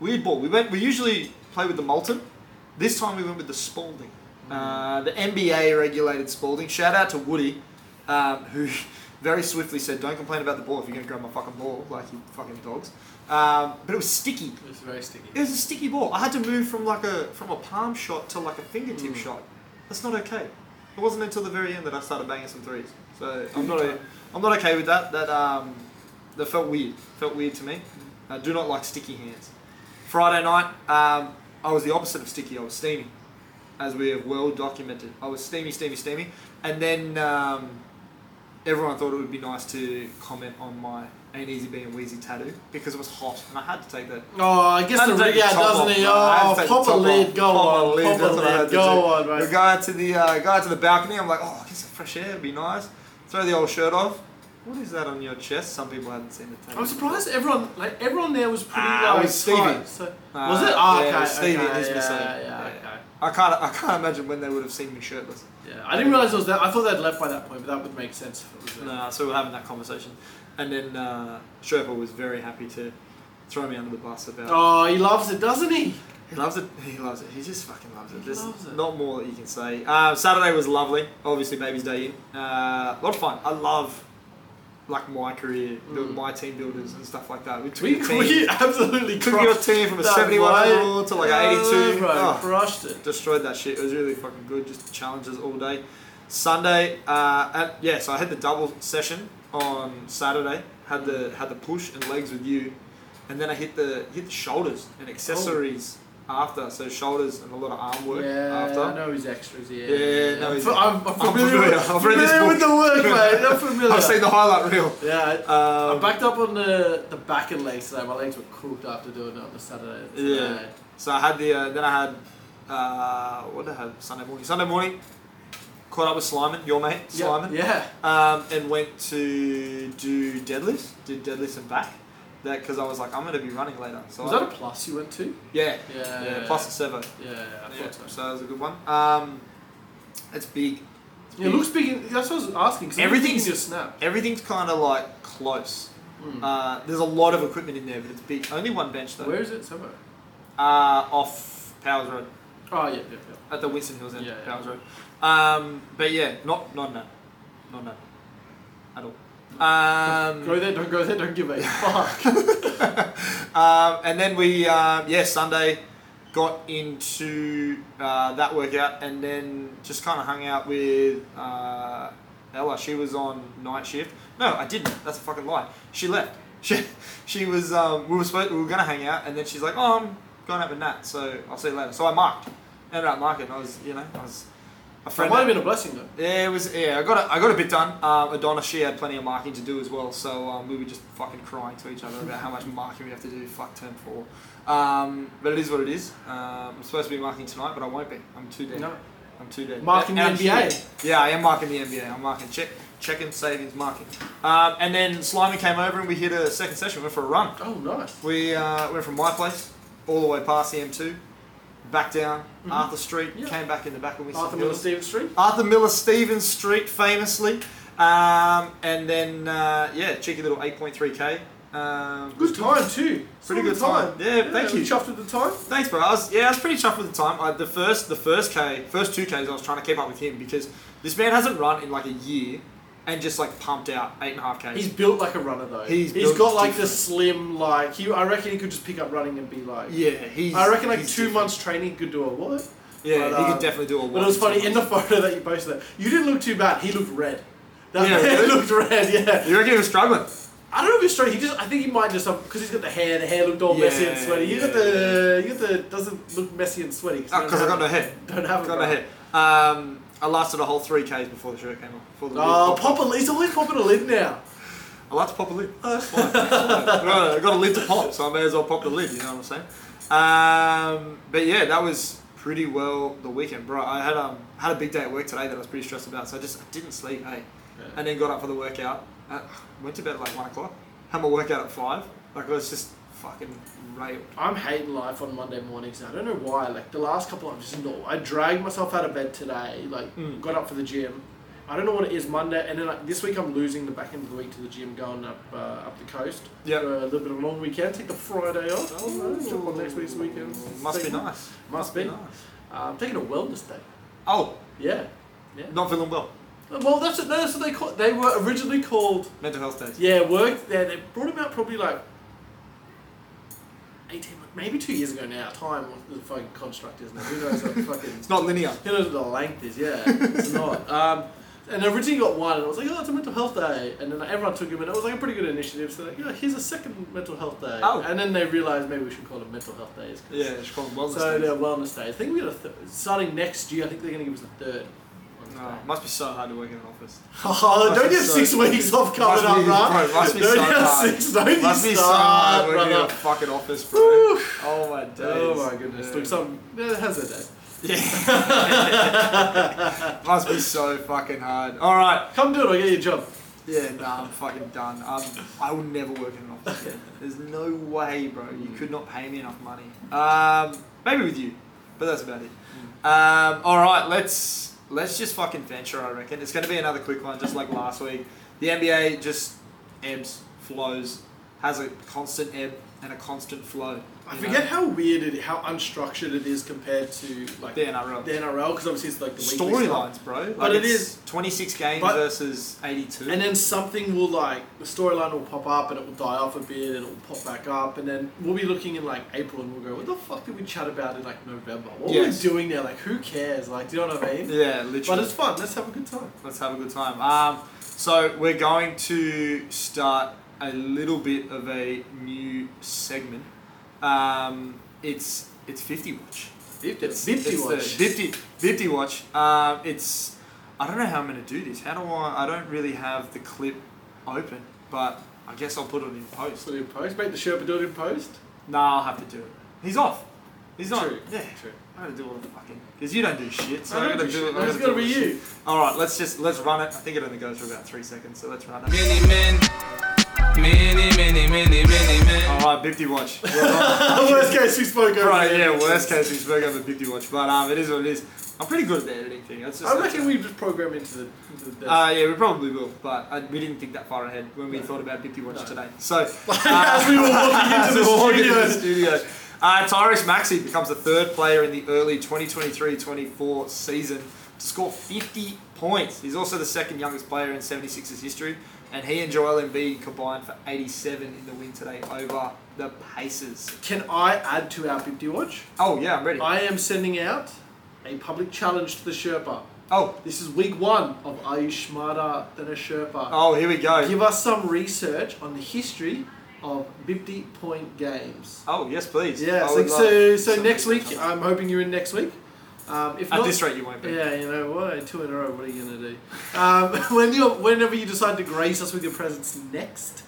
[SPEAKER 7] Weird ball. We went. We usually play with the Moulton. This time we went with the Spalding. Uh, the NBA regulated Spalding. Shout out to Woody, um, who very swiftly said, "Don't complain about the ball if you're going to grab my fucking ball like you fucking dogs." Um, but it was sticky.
[SPEAKER 8] It's very sticky.
[SPEAKER 7] It was a sticky ball. I had to move from like a from a palm shot to like a fingertip shot. That's not okay. It wasn't until the very end that I started banging some threes. So I'm not a, I'm not okay with that. That um, that felt weird. Felt weird to me. I do not like sticky hands. Friday night, um, I was the opposite of sticky. I was steamy, as we have well documented. I was steamy, steamy, steamy. And then um, everyone thought it would be nice to comment on my Ain't Easy Being Wheezy tattoo because it was hot and I had to take that
[SPEAKER 8] Oh, I guess
[SPEAKER 7] had
[SPEAKER 8] the
[SPEAKER 7] to take
[SPEAKER 8] rig out,
[SPEAKER 7] the top
[SPEAKER 8] doesn't he?
[SPEAKER 7] off. I had to
[SPEAKER 8] Oh,
[SPEAKER 7] take the
[SPEAKER 8] pop a
[SPEAKER 7] top
[SPEAKER 8] lid.
[SPEAKER 7] off.
[SPEAKER 8] Go on.
[SPEAKER 7] lid,
[SPEAKER 8] Pop a
[SPEAKER 7] that's what I had
[SPEAKER 8] lid.
[SPEAKER 7] to
[SPEAKER 8] Go on,
[SPEAKER 7] do.
[SPEAKER 8] mate.
[SPEAKER 7] We go out to the uh, go out to the balcony. I'm like, oh, get some fresh air. It'd be nice. Throw the old shirt off. What is that on your chest? Some people hadn't seen the tattoo.
[SPEAKER 8] I'm surprised everyone, like everyone there, was pretty
[SPEAKER 7] Ah, it
[SPEAKER 8] like
[SPEAKER 7] was Stevie.
[SPEAKER 8] tight, So,
[SPEAKER 7] Uh,
[SPEAKER 8] was it? Oh,
[SPEAKER 7] yeah, it
[SPEAKER 8] okay,
[SPEAKER 7] was Stevie,
[SPEAKER 8] okay,
[SPEAKER 7] it is
[SPEAKER 8] yeah,
[SPEAKER 7] Miss Lee.
[SPEAKER 8] yeah,
[SPEAKER 7] Yeah.
[SPEAKER 8] okay.
[SPEAKER 7] I can't I can't imagine when they would have seen me shirtless.
[SPEAKER 8] Yeah, I didn't realize it was that. I thought they'd left by that point, but that would make sense if it was there.
[SPEAKER 7] Nah, so we we're having that conversation, and then uh, Sherpa was very happy to throw me under the bus about.
[SPEAKER 8] Oh, he loves it, doesn't he?
[SPEAKER 7] He loves it. He loves it. He just fucking loves it. There's
[SPEAKER 8] loves it.
[SPEAKER 7] not more that you can say. Uh, Saturday was lovely. Obviously, baby's day in. Uh, a lot of fun. I love like my career, build, my team builders and stuff like that. We took
[SPEAKER 8] Mm. We,
[SPEAKER 7] your team,
[SPEAKER 8] we absolutely
[SPEAKER 7] took your
[SPEAKER 8] crushed
[SPEAKER 7] team from a
[SPEAKER 8] that
[SPEAKER 7] 71
[SPEAKER 8] bloke.
[SPEAKER 7] overall to like
[SPEAKER 8] Yeah,
[SPEAKER 7] 82.
[SPEAKER 8] Bro,
[SPEAKER 7] Oh,
[SPEAKER 8] crushed it.
[SPEAKER 7] destroyed that shit. It was really fucking good. Just challenges all day. Sunday, uh, and yeah, so I had the double session on Saturday. Had the
[SPEAKER 8] Mm.
[SPEAKER 7] had the push and legs with you, and then I hit the hit the shoulders
[SPEAKER 8] Oh.
[SPEAKER 7] and accessories after. So shoulders and a lot of arm work
[SPEAKER 8] Yeah,
[SPEAKER 7] after.
[SPEAKER 8] I know his extras. Yeah,
[SPEAKER 7] Yeah, no,
[SPEAKER 8] I'm,
[SPEAKER 7] he's-
[SPEAKER 8] fa- I'm, I'm familiar.
[SPEAKER 7] familiar.
[SPEAKER 8] With,
[SPEAKER 7] I've read this
[SPEAKER 8] familiar with
[SPEAKER 7] book.
[SPEAKER 8] the work, mate. I'm familiar.
[SPEAKER 7] I've seen the highlight reel.
[SPEAKER 8] yeah, I-
[SPEAKER 7] Um,
[SPEAKER 8] I'm backed up on the, the back and legs today. My legs were cooked after doing it on the Saturday.
[SPEAKER 7] Yeah. So I had the uh, then I had uh, what did I have Sunday morning. Sunday morning, caught up with Slimon, your mate Slimon.
[SPEAKER 8] Yeah.
[SPEAKER 7] um, and went to do deadlifts. Did deadlifts and back. That because I was like, I'm gonna be running later. So
[SPEAKER 8] Was
[SPEAKER 7] I-
[SPEAKER 8] that a plus you went to?
[SPEAKER 7] yeah,
[SPEAKER 8] Yeah.
[SPEAKER 7] yeah, plus a servo.
[SPEAKER 8] Yeah, yeah, I
[SPEAKER 7] Yeah,
[SPEAKER 8] thought so.
[SPEAKER 7] so that was a good one. Um, it's big. It's
[SPEAKER 8] Yeah, it
[SPEAKER 7] big.
[SPEAKER 8] looks big. In, that's what I was asking. 'cause
[SPEAKER 7] Everything's-
[SPEAKER 8] in your snap.
[SPEAKER 7] Everything's kind of like close. Uh, there's a lot of equipment in there, but it's big. Only one bench though.
[SPEAKER 8] Hmm. Where is it? Somewhere.
[SPEAKER 7] Uh, off Powers Road
[SPEAKER 8] Oh yeah, yeah,
[SPEAKER 7] at the Winston Hills end.
[SPEAKER 8] Yeah, yeah.
[SPEAKER 7] Powers Road. Um, but yeah, not not none, not none, at all.
[SPEAKER 8] Hmm.
[SPEAKER 7] Um,
[SPEAKER 8] yeah. Go there. Don't go there. Don't give a fuck.
[SPEAKER 7] Um, and then we, um, yeah, Sunday got into uh, that workout and then just kind of hung out with uh, Ella. She was on night shift. No, I didn't. That's a fucking lie. She left. She, she was, um, we were supposed, we were going to hang out and then she's like, oh, I'm going out with Nat, so I'll see you later. So I marked. Ended up marking. I was, you know, I was a
[SPEAKER 8] that
[SPEAKER 7] friend.
[SPEAKER 8] might have been a blessing though.
[SPEAKER 7] Yeah, it was. Yeah, I got a, I got a bit done. Um, Adonis, she had plenty of marking to do as well, so um, we were just fucking crying to each other about how much marking we have to do. Fuck turn four. Um, but it is what it is. Um, I'm supposed to be marking tonight, but I won't be. I'm too dead.
[SPEAKER 8] No.
[SPEAKER 7] I'm too dead.
[SPEAKER 8] Marking the
[SPEAKER 7] Out here.
[SPEAKER 8] NBA.
[SPEAKER 7] Yeah, I am marking the NBA. I'm marking check, checking, savings, marking. Um, and then Slimey came over and we hit a second session. Went for a run.
[SPEAKER 8] Oh nice.
[SPEAKER 7] We uh, went from my place all the way past the M2, back down Arthur Street,
[SPEAKER 8] Mm-hmm. Yeah.
[SPEAKER 7] came back in the back of Winston
[SPEAKER 8] Arthur
[SPEAKER 7] Hills.
[SPEAKER 8] Miller Stevens Street.
[SPEAKER 7] Arthur Miller Stevens Street, famously. Um, and then, uh, yeah, cheeky little 8.3k. Um,
[SPEAKER 8] Good time too.
[SPEAKER 7] Pretty
[SPEAKER 8] Saw the
[SPEAKER 7] good time. Yeah, thank you.
[SPEAKER 8] Chuffed with the time.
[SPEAKER 7] Thanks, bro. I was, yeah, I was pretty chuffed with the time. I, the first, the first K, first two Ks, I was trying to keep up with him because this man hasn't run in like a year, and just like pumped out eight and a half Ks.
[SPEAKER 8] He's built like a runner though.
[SPEAKER 7] He's
[SPEAKER 8] he's
[SPEAKER 7] built
[SPEAKER 8] got like the
[SPEAKER 7] different.
[SPEAKER 8] slim like he. I reckon he could just pick up running and be like.
[SPEAKER 7] yeah, he's.
[SPEAKER 8] I reckon like two
[SPEAKER 7] he's different.
[SPEAKER 8] months training could do a lot.
[SPEAKER 7] Yeah,
[SPEAKER 8] but,
[SPEAKER 7] he
[SPEAKER 8] um,
[SPEAKER 7] could definitely do a.
[SPEAKER 8] But it was funny in the photo that you posted. That you didn't look too bad. He looked red. That
[SPEAKER 7] Yeah,
[SPEAKER 8] man
[SPEAKER 7] really?
[SPEAKER 8] looked red. Yeah.
[SPEAKER 7] You reckon he was struggling?
[SPEAKER 8] I don't know if he's straight. He just. I think he might just because he's got the hair. The hair looked all messy and
[SPEAKER 7] Yeah,
[SPEAKER 8] sweaty. You got
[SPEAKER 7] yeah.
[SPEAKER 8] the. You got the. Doesn't look messy and sweaty. don't
[SPEAKER 7] Because Oh, I
[SPEAKER 8] have
[SPEAKER 7] got no
[SPEAKER 8] it.
[SPEAKER 7] head.
[SPEAKER 8] Don't have it.
[SPEAKER 7] Got no
[SPEAKER 8] bro.
[SPEAKER 7] head. Um, I lasted a whole three Ks before the shirt came off. Before the
[SPEAKER 8] Oh,
[SPEAKER 7] lid popped
[SPEAKER 8] pop a, he's always popping a lid now.
[SPEAKER 7] off. I like to pop a lid. Oh, That's fine. That's fine. I got a lid to pop, so I may as well pop the lid. You know what I'm saying? Um, but yeah, that was pretty well the weekend, bro. I had um had a big day at work today that I was pretty stressed about, so I just I didn't sleep, hey. And then got up for the workout. Uh, went to bed at like one o'clock. Had my workout at five. Like I was just fucking railed.
[SPEAKER 8] I'm hating life on Monday mornings. now. I don't know why. Like the last couple, I'm just not. I dragged myself out of bed today. Like
[SPEAKER 7] Hmm.
[SPEAKER 8] got up for the gym. I don't know what it is Monday, and then like, this week I'm losing the back end of the week to the gym, going up uh, up the coast.
[SPEAKER 7] Yep.
[SPEAKER 8] for a little bit of a long weekend. Take the Friday off. Oh, jump on next week's weekend.
[SPEAKER 7] Must be
[SPEAKER 8] Take-
[SPEAKER 7] nice.
[SPEAKER 8] Must be.
[SPEAKER 7] nice.
[SPEAKER 8] Uh, I'm taking a wellness day.
[SPEAKER 7] Oh,
[SPEAKER 8] Yeah. Yeah.
[SPEAKER 7] not feeling well.
[SPEAKER 8] Well, that's what, that's what they call. They were originally called.
[SPEAKER 7] Mental health days.
[SPEAKER 8] Yeah, work. Yeah, they brought him out probably like eighteen, maybe two years ago now. Time, what the fucking construct is now. Who knows what the fucking
[SPEAKER 7] It's not linear.
[SPEAKER 8] who knows what the length is? Yeah, it's not. Um, and I originally got one, and I was like, oh, it's a mental health day. And then everyone took him, and it was like a pretty good initiative. So like, yeah, here's a second mental health day.
[SPEAKER 7] Oh.
[SPEAKER 8] And then they realized maybe we should call it mental health days. 'cause-
[SPEAKER 7] Yeah, it's called wellness
[SPEAKER 8] So
[SPEAKER 7] days.
[SPEAKER 8] they're wellness day. I think we got a th- starting next year. I think they're going to give us a third. wellness
[SPEAKER 7] Oh,
[SPEAKER 8] day.
[SPEAKER 7] it must be so hard to work in an office.
[SPEAKER 8] Oh,
[SPEAKER 7] Must
[SPEAKER 8] don't
[SPEAKER 7] be
[SPEAKER 8] you have
[SPEAKER 7] so-
[SPEAKER 8] six weeks off coming
[SPEAKER 7] Must be-
[SPEAKER 8] up, bro?
[SPEAKER 7] bro, must be
[SPEAKER 8] don't
[SPEAKER 7] so
[SPEAKER 8] you have
[SPEAKER 7] hard.
[SPEAKER 8] six, don't
[SPEAKER 7] must
[SPEAKER 8] you
[SPEAKER 7] be so
[SPEAKER 8] start,
[SPEAKER 7] hard working in a
[SPEAKER 8] brother.
[SPEAKER 7] fucking office, bro.
[SPEAKER 8] Whew.
[SPEAKER 7] oh my days.
[SPEAKER 8] Oh my goodness.
[SPEAKER 7] Yeah.
[SPEAKER 8] Look, some, yeah, how's that day?
[SPEAKER 7] must be so fucking hard. All right.
[SPEAKER 8] Come do it, I'll get you a job.
[SPEAKER 7] Yeah, nah, I'm fucking done. Um, I will never work in an office again. There's no way, bro. You could not pay me enough money. Um, maybe with you, but that's about it.
[SPEAKER 8] Hmm.
[SPEAKER 7] Um, all right, let's let's just fucking venture. I reckon it's going to be another quick one, just like last week. The NBA just ebbs, flows, has a constant ebb and a constant flow.
[SPEAKER 8] I
[SPEAKER 7] you know?
[SPEAKER 8] forget how weird it, how unstructured it is compared to like
[SPEAKER 7] The NRL.
[SPEAKER 8] The NRL, because obviously it's like the weekly stuff.
[SPEAKER 7] storylines, bro. Like
[SPEAKER 8] But it
[SPEAKER 7] it's
[SPEAKER 8] is-
[SPEAKER 7] 26 games
[SPEAKER 8] but-
[SPEAKER 7] versus 82.
[SPEAKER 8] And then something will like the storyline will pop up and it will die off a bit and it will pop back up and then we'll be looking in like April and we'll go, what the fuck did we chat about in like November? What
[SPEAKER 7] Yes.
[SPEAKER 8] were we doing there? Like who cares? Like do you know what I mean?
[SPEAKER 7] yeah, literally.
[SPEAKER 8] But it's fun. Let's have a good time.
[SPEAKER 7] Let's have a good time. Um, so we're going to start a little bit of a new segment. Um, it's it's fifty watch. It's,
[SPEAKER 8] Bipti
[SPEAKER 7] it's the
[SPEAKER 8] watch.
[SPEAKER 7] Bipti Bipti watch. Um, it's I don't know how I'm going to do this. How do I? I don't really have the clip open, but I guess I'll put it in post.
[SPEAKER 8] Put it in post. Make the Sherpa do it in post.
[SPEAKER 7] Nah, I'll have to do it. He's off. He's not.
[SPEAKER 8] True,
[SPEAKER 7] Yeah.
[SPEAKER 8] true.
[SPEAKER 7] I gotta do all the fucking. Because you don't do shit, so
[SPEAKER 8] I
[SPEAKER 7] I,
[SPEAKER 8] don't
[SPEAKER 7] gotta
[SPEAKER 8] do
[SPEAKER 7] do
[SPEAKER 8] shit.
[SPEAKER 7] it. I
[SPEAKER 8] No, it's
[SPEAKER 7] gotta
[SPEAKER 8] gotta
[SPEAKER 7] do all
[SPEAKER 8] be
[SPEAKER 7] the shit.
[SPEAKER 8] you.
[SPEAKER 7] All right, let's just let's run it. I think it only goes for about three seconds, so let's run it.
[SPEAKER 9] Many men, many, many, many, many men.
[SPEAKER 7] All right, Bifty watch. Well done.
[SPEAKER 8] Worst case, we spoke over.
[SPEAKER 7] right,
[SPEAKER 8] it.
[SPEAKER 7] yeah. Worst case, we spoke over Bifty watch, but um, it is what it is. I'm pretty good at the editing thing. That's just.
[SPEAKER 8] I reckon we just program into the. Into the
[SPEAKER 7] Uh, yeah, we probably will, but I, we didn't think that far ahead when we thought about Bifty watch
[SPEAKER 8] No.
[SPEAKER 7] today. So.
[SPEAKER 8] as we were walking into the
[SPEAKER 7] the
[SPEAKER 8] studio.
[SPEAKER 7] studio. Uh, Tyrese Maxey becomes the third player in the early 2023-24 season to score 50 points. He's also the second youngest player in 76's history, and he and Joel Embiid combined for 87 in the win today over the Pacers.
[SPEAKER 8] Can I add to our 50 watch?
[SPEAKER 7] Oh yeah, I'm ready.
[SPEAKER 8] I am sending out a public challenge to the Sherpa.
[SPEAKER 7] Oh,
[SPEAKER 8] This is week one of Are You Smarter Than a Sherpa?
[SPEAKER 7] oh, here we go.
[SPEAKER 8] Give us some research on the history of 50 point games.
[SPEAKER 7] Oh yes, please.
[SPEAKER 8] Yeah,
[SPEAKER 7] I
[SPEAKER 8] so,
[SPEAKER 7] would
[SPEAKER 8] so,
[SPEAKER 7] love
[SPEAKER 8] so
[SPEAKER 7] some
[SPEAKER 8] next
[SPEAKER 7] research
[SPEAKER 8] week,
[SPEAKER 7] on
[SPEAKER 8] I'm hoping you're in next week. Um, if
[SPEAKER 7] that. at
[SPEAKER 8] not,
[SPEAKER 7] this rate you won't be.
[SPEAKER 8] Yeah, you know what? Two in a row. What are you gonna do? Um, when you, whenever you decide to grace us with your presence next,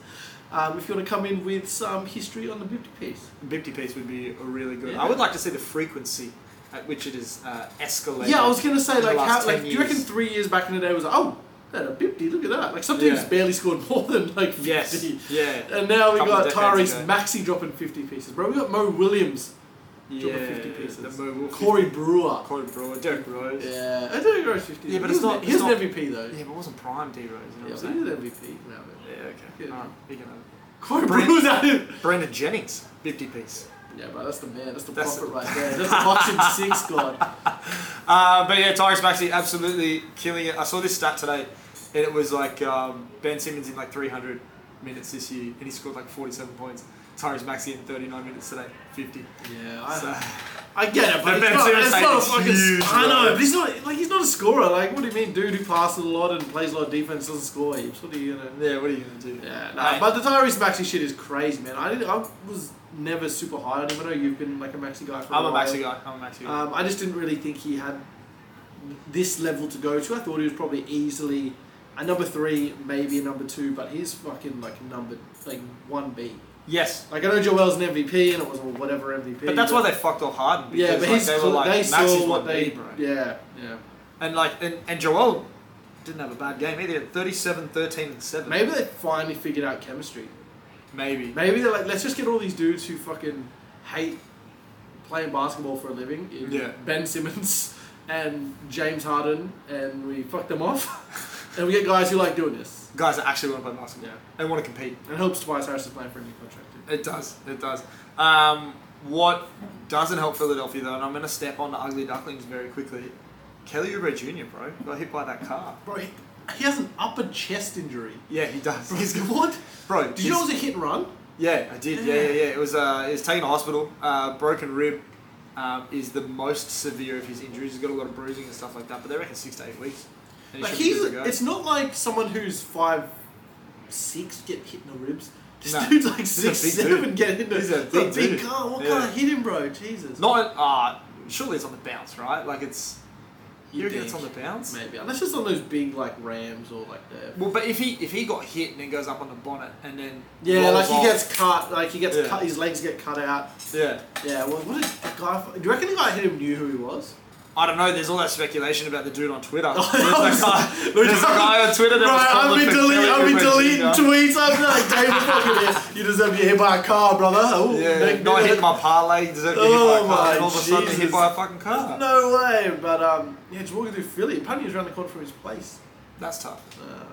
[SPEAKER 8] um, if you want to come in with some history on the Bifty piece,
[SPEAKER 7] 50 piece would be really good.
[SPEAKER 8] Yeah.
[SPEAKER 7] I would like to see the frequency at which it is uh, escalated.
[SPEAKER 8] yeah, I was gonna say
[SPEAKER 7] in the
[SPEAKER 8] like
[SPEAKER 7] last
[SPEAKER 8] how like
[SPEAKER 7] 10
[SPEAKER 8] do you reckon
[SPEAKER 7] years.
[SPEAKER 8] three years back in the day was like, oh that a Bifty look at that like some teams
[SPEAKER 7] Yeah.
[SPEAKER 8] barely scored more than like fifty,
[SPEAKER 7] Yes. Yeah.
[SPEAKER 8] and now we
[SPEAKER 7] Couple
[SPEAKER 8] got
[SPEAKER 7] of decades
[SPEAKER 8] Tyrese
[SPEAKER 7] ago.
[SPEAKER 8] Maxey dropping fifty pieces, bro. We got Mo Williams dropping fifty
[SPEAKER 7] The
[SPEAKER 8] pieces,
[SPEAKER 7] mobile
[SPEAKER 8] Corey Brewer.
[SPEAKER 7] Corey Brewer, Derek Rose.
[SPEAKER 8] Yeah, I don't agree fifty.
[SPEAKER 7] Yeah, but
[SPEAKER 8] He
[SPEAKER 7] it's
[SPEAKER 8] was-
[SPEAKER 7] not-
[SPEAKER 8] He
[SPEAKER 7] it's
[SPEAKER 8] was an
[SPEAKER 7] not-
[SPEAKER 8] MVP though.
[SPEAKER 7] Yeah, but it wasn't prime D Rose, you know
[SPEAKER 8] Yeah,
[SPEAKER 7] what
[SPEAKER 8] but
[SPEAKER 7] I'm
[SPEAKER 8] he was
[SPEAKER 7] saying?
[SPEAKER 8] an MVP. No, but-
[SPEAKER 7] Yeah, okay.
[SPEAKER 8] Yeah.
[SPEAKER 7] Alright, you can have it.
[SPEAKER 8] Corey
[SPEAKER 7] Brent-
[SPEAKER 8] Brew's at him.
[SPEAKER 7] Brandon Jennings, 50 piece.
[SPEAKER 8] Yeah, but that's the man. That's the
[SPEAKER 7] That's-
[SPEAKER 8] prophet right there. That's the boxing six god.
[SPEAKER 7] Uh, but yeah, Tyrese Maxey absolutely killing it. I saw this stat today, and it was like um, Ben Simmons in like 300 minutes this year, and he scored like 47 points. Tyrese Maxey in 39 minutes today, 50.
[SPEAKER 8] Yeah,
[SPEAKER 7] So,
[SPEAKER 8] I, I get it, but
[SPEAKER 7] The
[SPEAKER 8] it's
[SPEAKER 7] Ben
[SPEAKER 8] not,
[SPEAKER 7] Simmons
[SPEAKER 8] it's not a
[SPEAKER 7] thing is
[SPEAKER 8] fucking.
[SPEAKER 7] huge,
[SPEAKER 8] I know,
[SPEAKER 7] bro.
[SPEAKER 8] but he's not like he's not a scorer. Like, what do you mean, dude? Who passes a lot and plays a lot of defense doesn't score heaps? What are you gonna?
[SPEAKER 7] yeah, what are you gonna do? Uh,
[SPEAKER 8] Yeah, nah,
[SPEAKER 7] Mate,
[SPEAKER 8] but the Tyrese Maxey shit is crazy, man. I didn't, I was never super high on him. I know you've been like a Maxi guy for
[SPEAKER 7] I'm a
[SPEAKER 8] while.
[SPEAKER 7] Maxey guy. I'm a Maxey guy.
[SPEAKER 8] Um, I just didn't really think he had this level to go to. I thought he was probably easily a number three, maybe a number two, but he's fucking like number like one B.
[SPEAKER 7] yes,
[SPEAKER 8] Like I know Joel's an MVP and it was a whatever MVP.
[SPEAKER 7] but that's why they fucked off Harden. Because,
[SPEAKER 8] yeah, but
[SPEAKER 7] like,
[SPEAKER 8] he's
[SPEAKER 7] they were
[SPEAKER 8] cl-
[SPEAKER 7] like
[SPEAKER 8] they
[SPEAKER 7] Maxey's
[SPEAKER 8] saw
[SPEAKER 7] one
[SPEAKER 8] what they
[SPEAKER 7] B, bro.
[SPEAKER 8] yeah yeah.
[SPEAKER 7] And like and, and Joel didn't have a bad game either. 37, 13, and seven.
[SPEAKER 8] Maybe they finally figured out chemistry.
[SPEAKER 7] Maybe.
[SPEAKER 8] Maybe they're like, let's just get all these dudes who fucking hate playing basketball for a living. in
[SPEAKER 7] Yeah.
[SPEAKER 8] Ben Simmons and James Harden, and we fuck them off, and we get guys who like doing this.
[SPEAKER 7] Guys that actually want to play basketball
[SPEAKER 8] Yeah,
[SPEAKER 7] and want to compete.
[SPEAKER 8] and it helps Tobias Harris is playing for a new contract. Too.
[SPEAKER 7] It does. It does. Um, what doesn't help Philadelphia though, and I'm going to step on the ugly ducklings very quickly. Kelly Oubre Jr. Bro got hit by that car.
[SPEAKER 8] Bro, he, he has an upper chest injury.
[SPEAKER 7] Yeah, he does.
[SPEAKER 8] Bro,
[SPEAKER 7] He's,
[SPEAKER 8] what?
[SPEAKER 7] bro,
[SPEAKER 8] Did you know it
[SPEAKER 7] he's-
[SPEAKER 8] was a hit and run?
[SPEAKER 7] Yeah, I did. Yeah, yeah, yeah. It was. Uh, it was taken to hospital. Uh, broken rib um, is the most severe of his injuries. He's got a lot of bruising and stuff like that. But they reckon six to eight weeks. And he
[SPEAKER 8] Like
[SPEAKER 7] should be
[SPEAKER 8] he's,
[SPEAKER 7] good to go.
[SPEAKER 8] it's not like someone who's five, six get hit in the ribs. This
[SPEAKER 7] No.
[SPEAKER 8] dude's like
[SPEAKER 7] He's a
[SPEAKER 8] six,
[SPEAKER 7] big dude.
[SPEAKER 8] seven get hit in the
[SPEAKER 7] He's a
[SPEAKER 8] it's
[SPEAKER 7] big dude.
[SPEAKER 8] car. What
[SPEAKER 7] Yeah.
[SPEAKER 8] kind of hit him, bro? Jesus.
[SPEAKER 7] not. Uh, surely it's on the bounce, right? Like it's. You, reckon it's on the
[SPEAKER 8] think.
[SPEAKER 7] bounce?
[SPEAKER 8] Maybe unless it's on those big like Rams or like the
[SPEAKER 7] Well, but if he if he got hit and then goes up on the bonnet and then
[SPEAKER 8] yeah, like
[SPEAKER 7] rolls
[SPEAKER 8] he
[SPEAKER 7] off-
[SPEAKER 8] gets cut, like he gets
[SPEAKER 7] Yeah.
[SPEAKER 8] cut, his legs get cut out.
[SPEAKER 7] yeah.
[SPEAKER 8] Yeah, well, what did the guy? Do you reckon the guy who hit him knew who he was?
[SPEAKER 7] I don't know. There's all that speculation about the dude on Twitter. there's
[SPEAKER 8] was-
[SPEAKER 7] a guy, there's a guy on Twitter that uh, was
[SPEAKER 8] I've
[SPEAKER 7] calling
[SPEAKER 8] been,
[SPEAKER 7] for
[SPEAKER 8] delete,
[SPEAKER 7] Kelly
[SPEAKER 8] I've been
[SPEAKER 7] Oubre
[SPEAKER 8] deleting
[SPEAKER 7] Jr..
[SPEAKER 8] tweets. I've been like, David, fucking, you deserve to get hit by a car, brother. Oh,
[SPEAKER 7] Yeah, not hit my parlay, deserved to get hit by
[SPEAKER 8] Oh
[SPEAKER 7] a car,
[SPEAKER 8] my
[SPEAKER 7] and all of a sudden
[SPEAKER 8] Jesus.
[SPEAKER 7] hit by a fucking car.
[SPEAKER 8] No way, but um, yeah, just walking through Philly. Apparently, he was around the corner from his place.
[SPEAKER 7] That's tough.
[SPEAKER 8] Uh,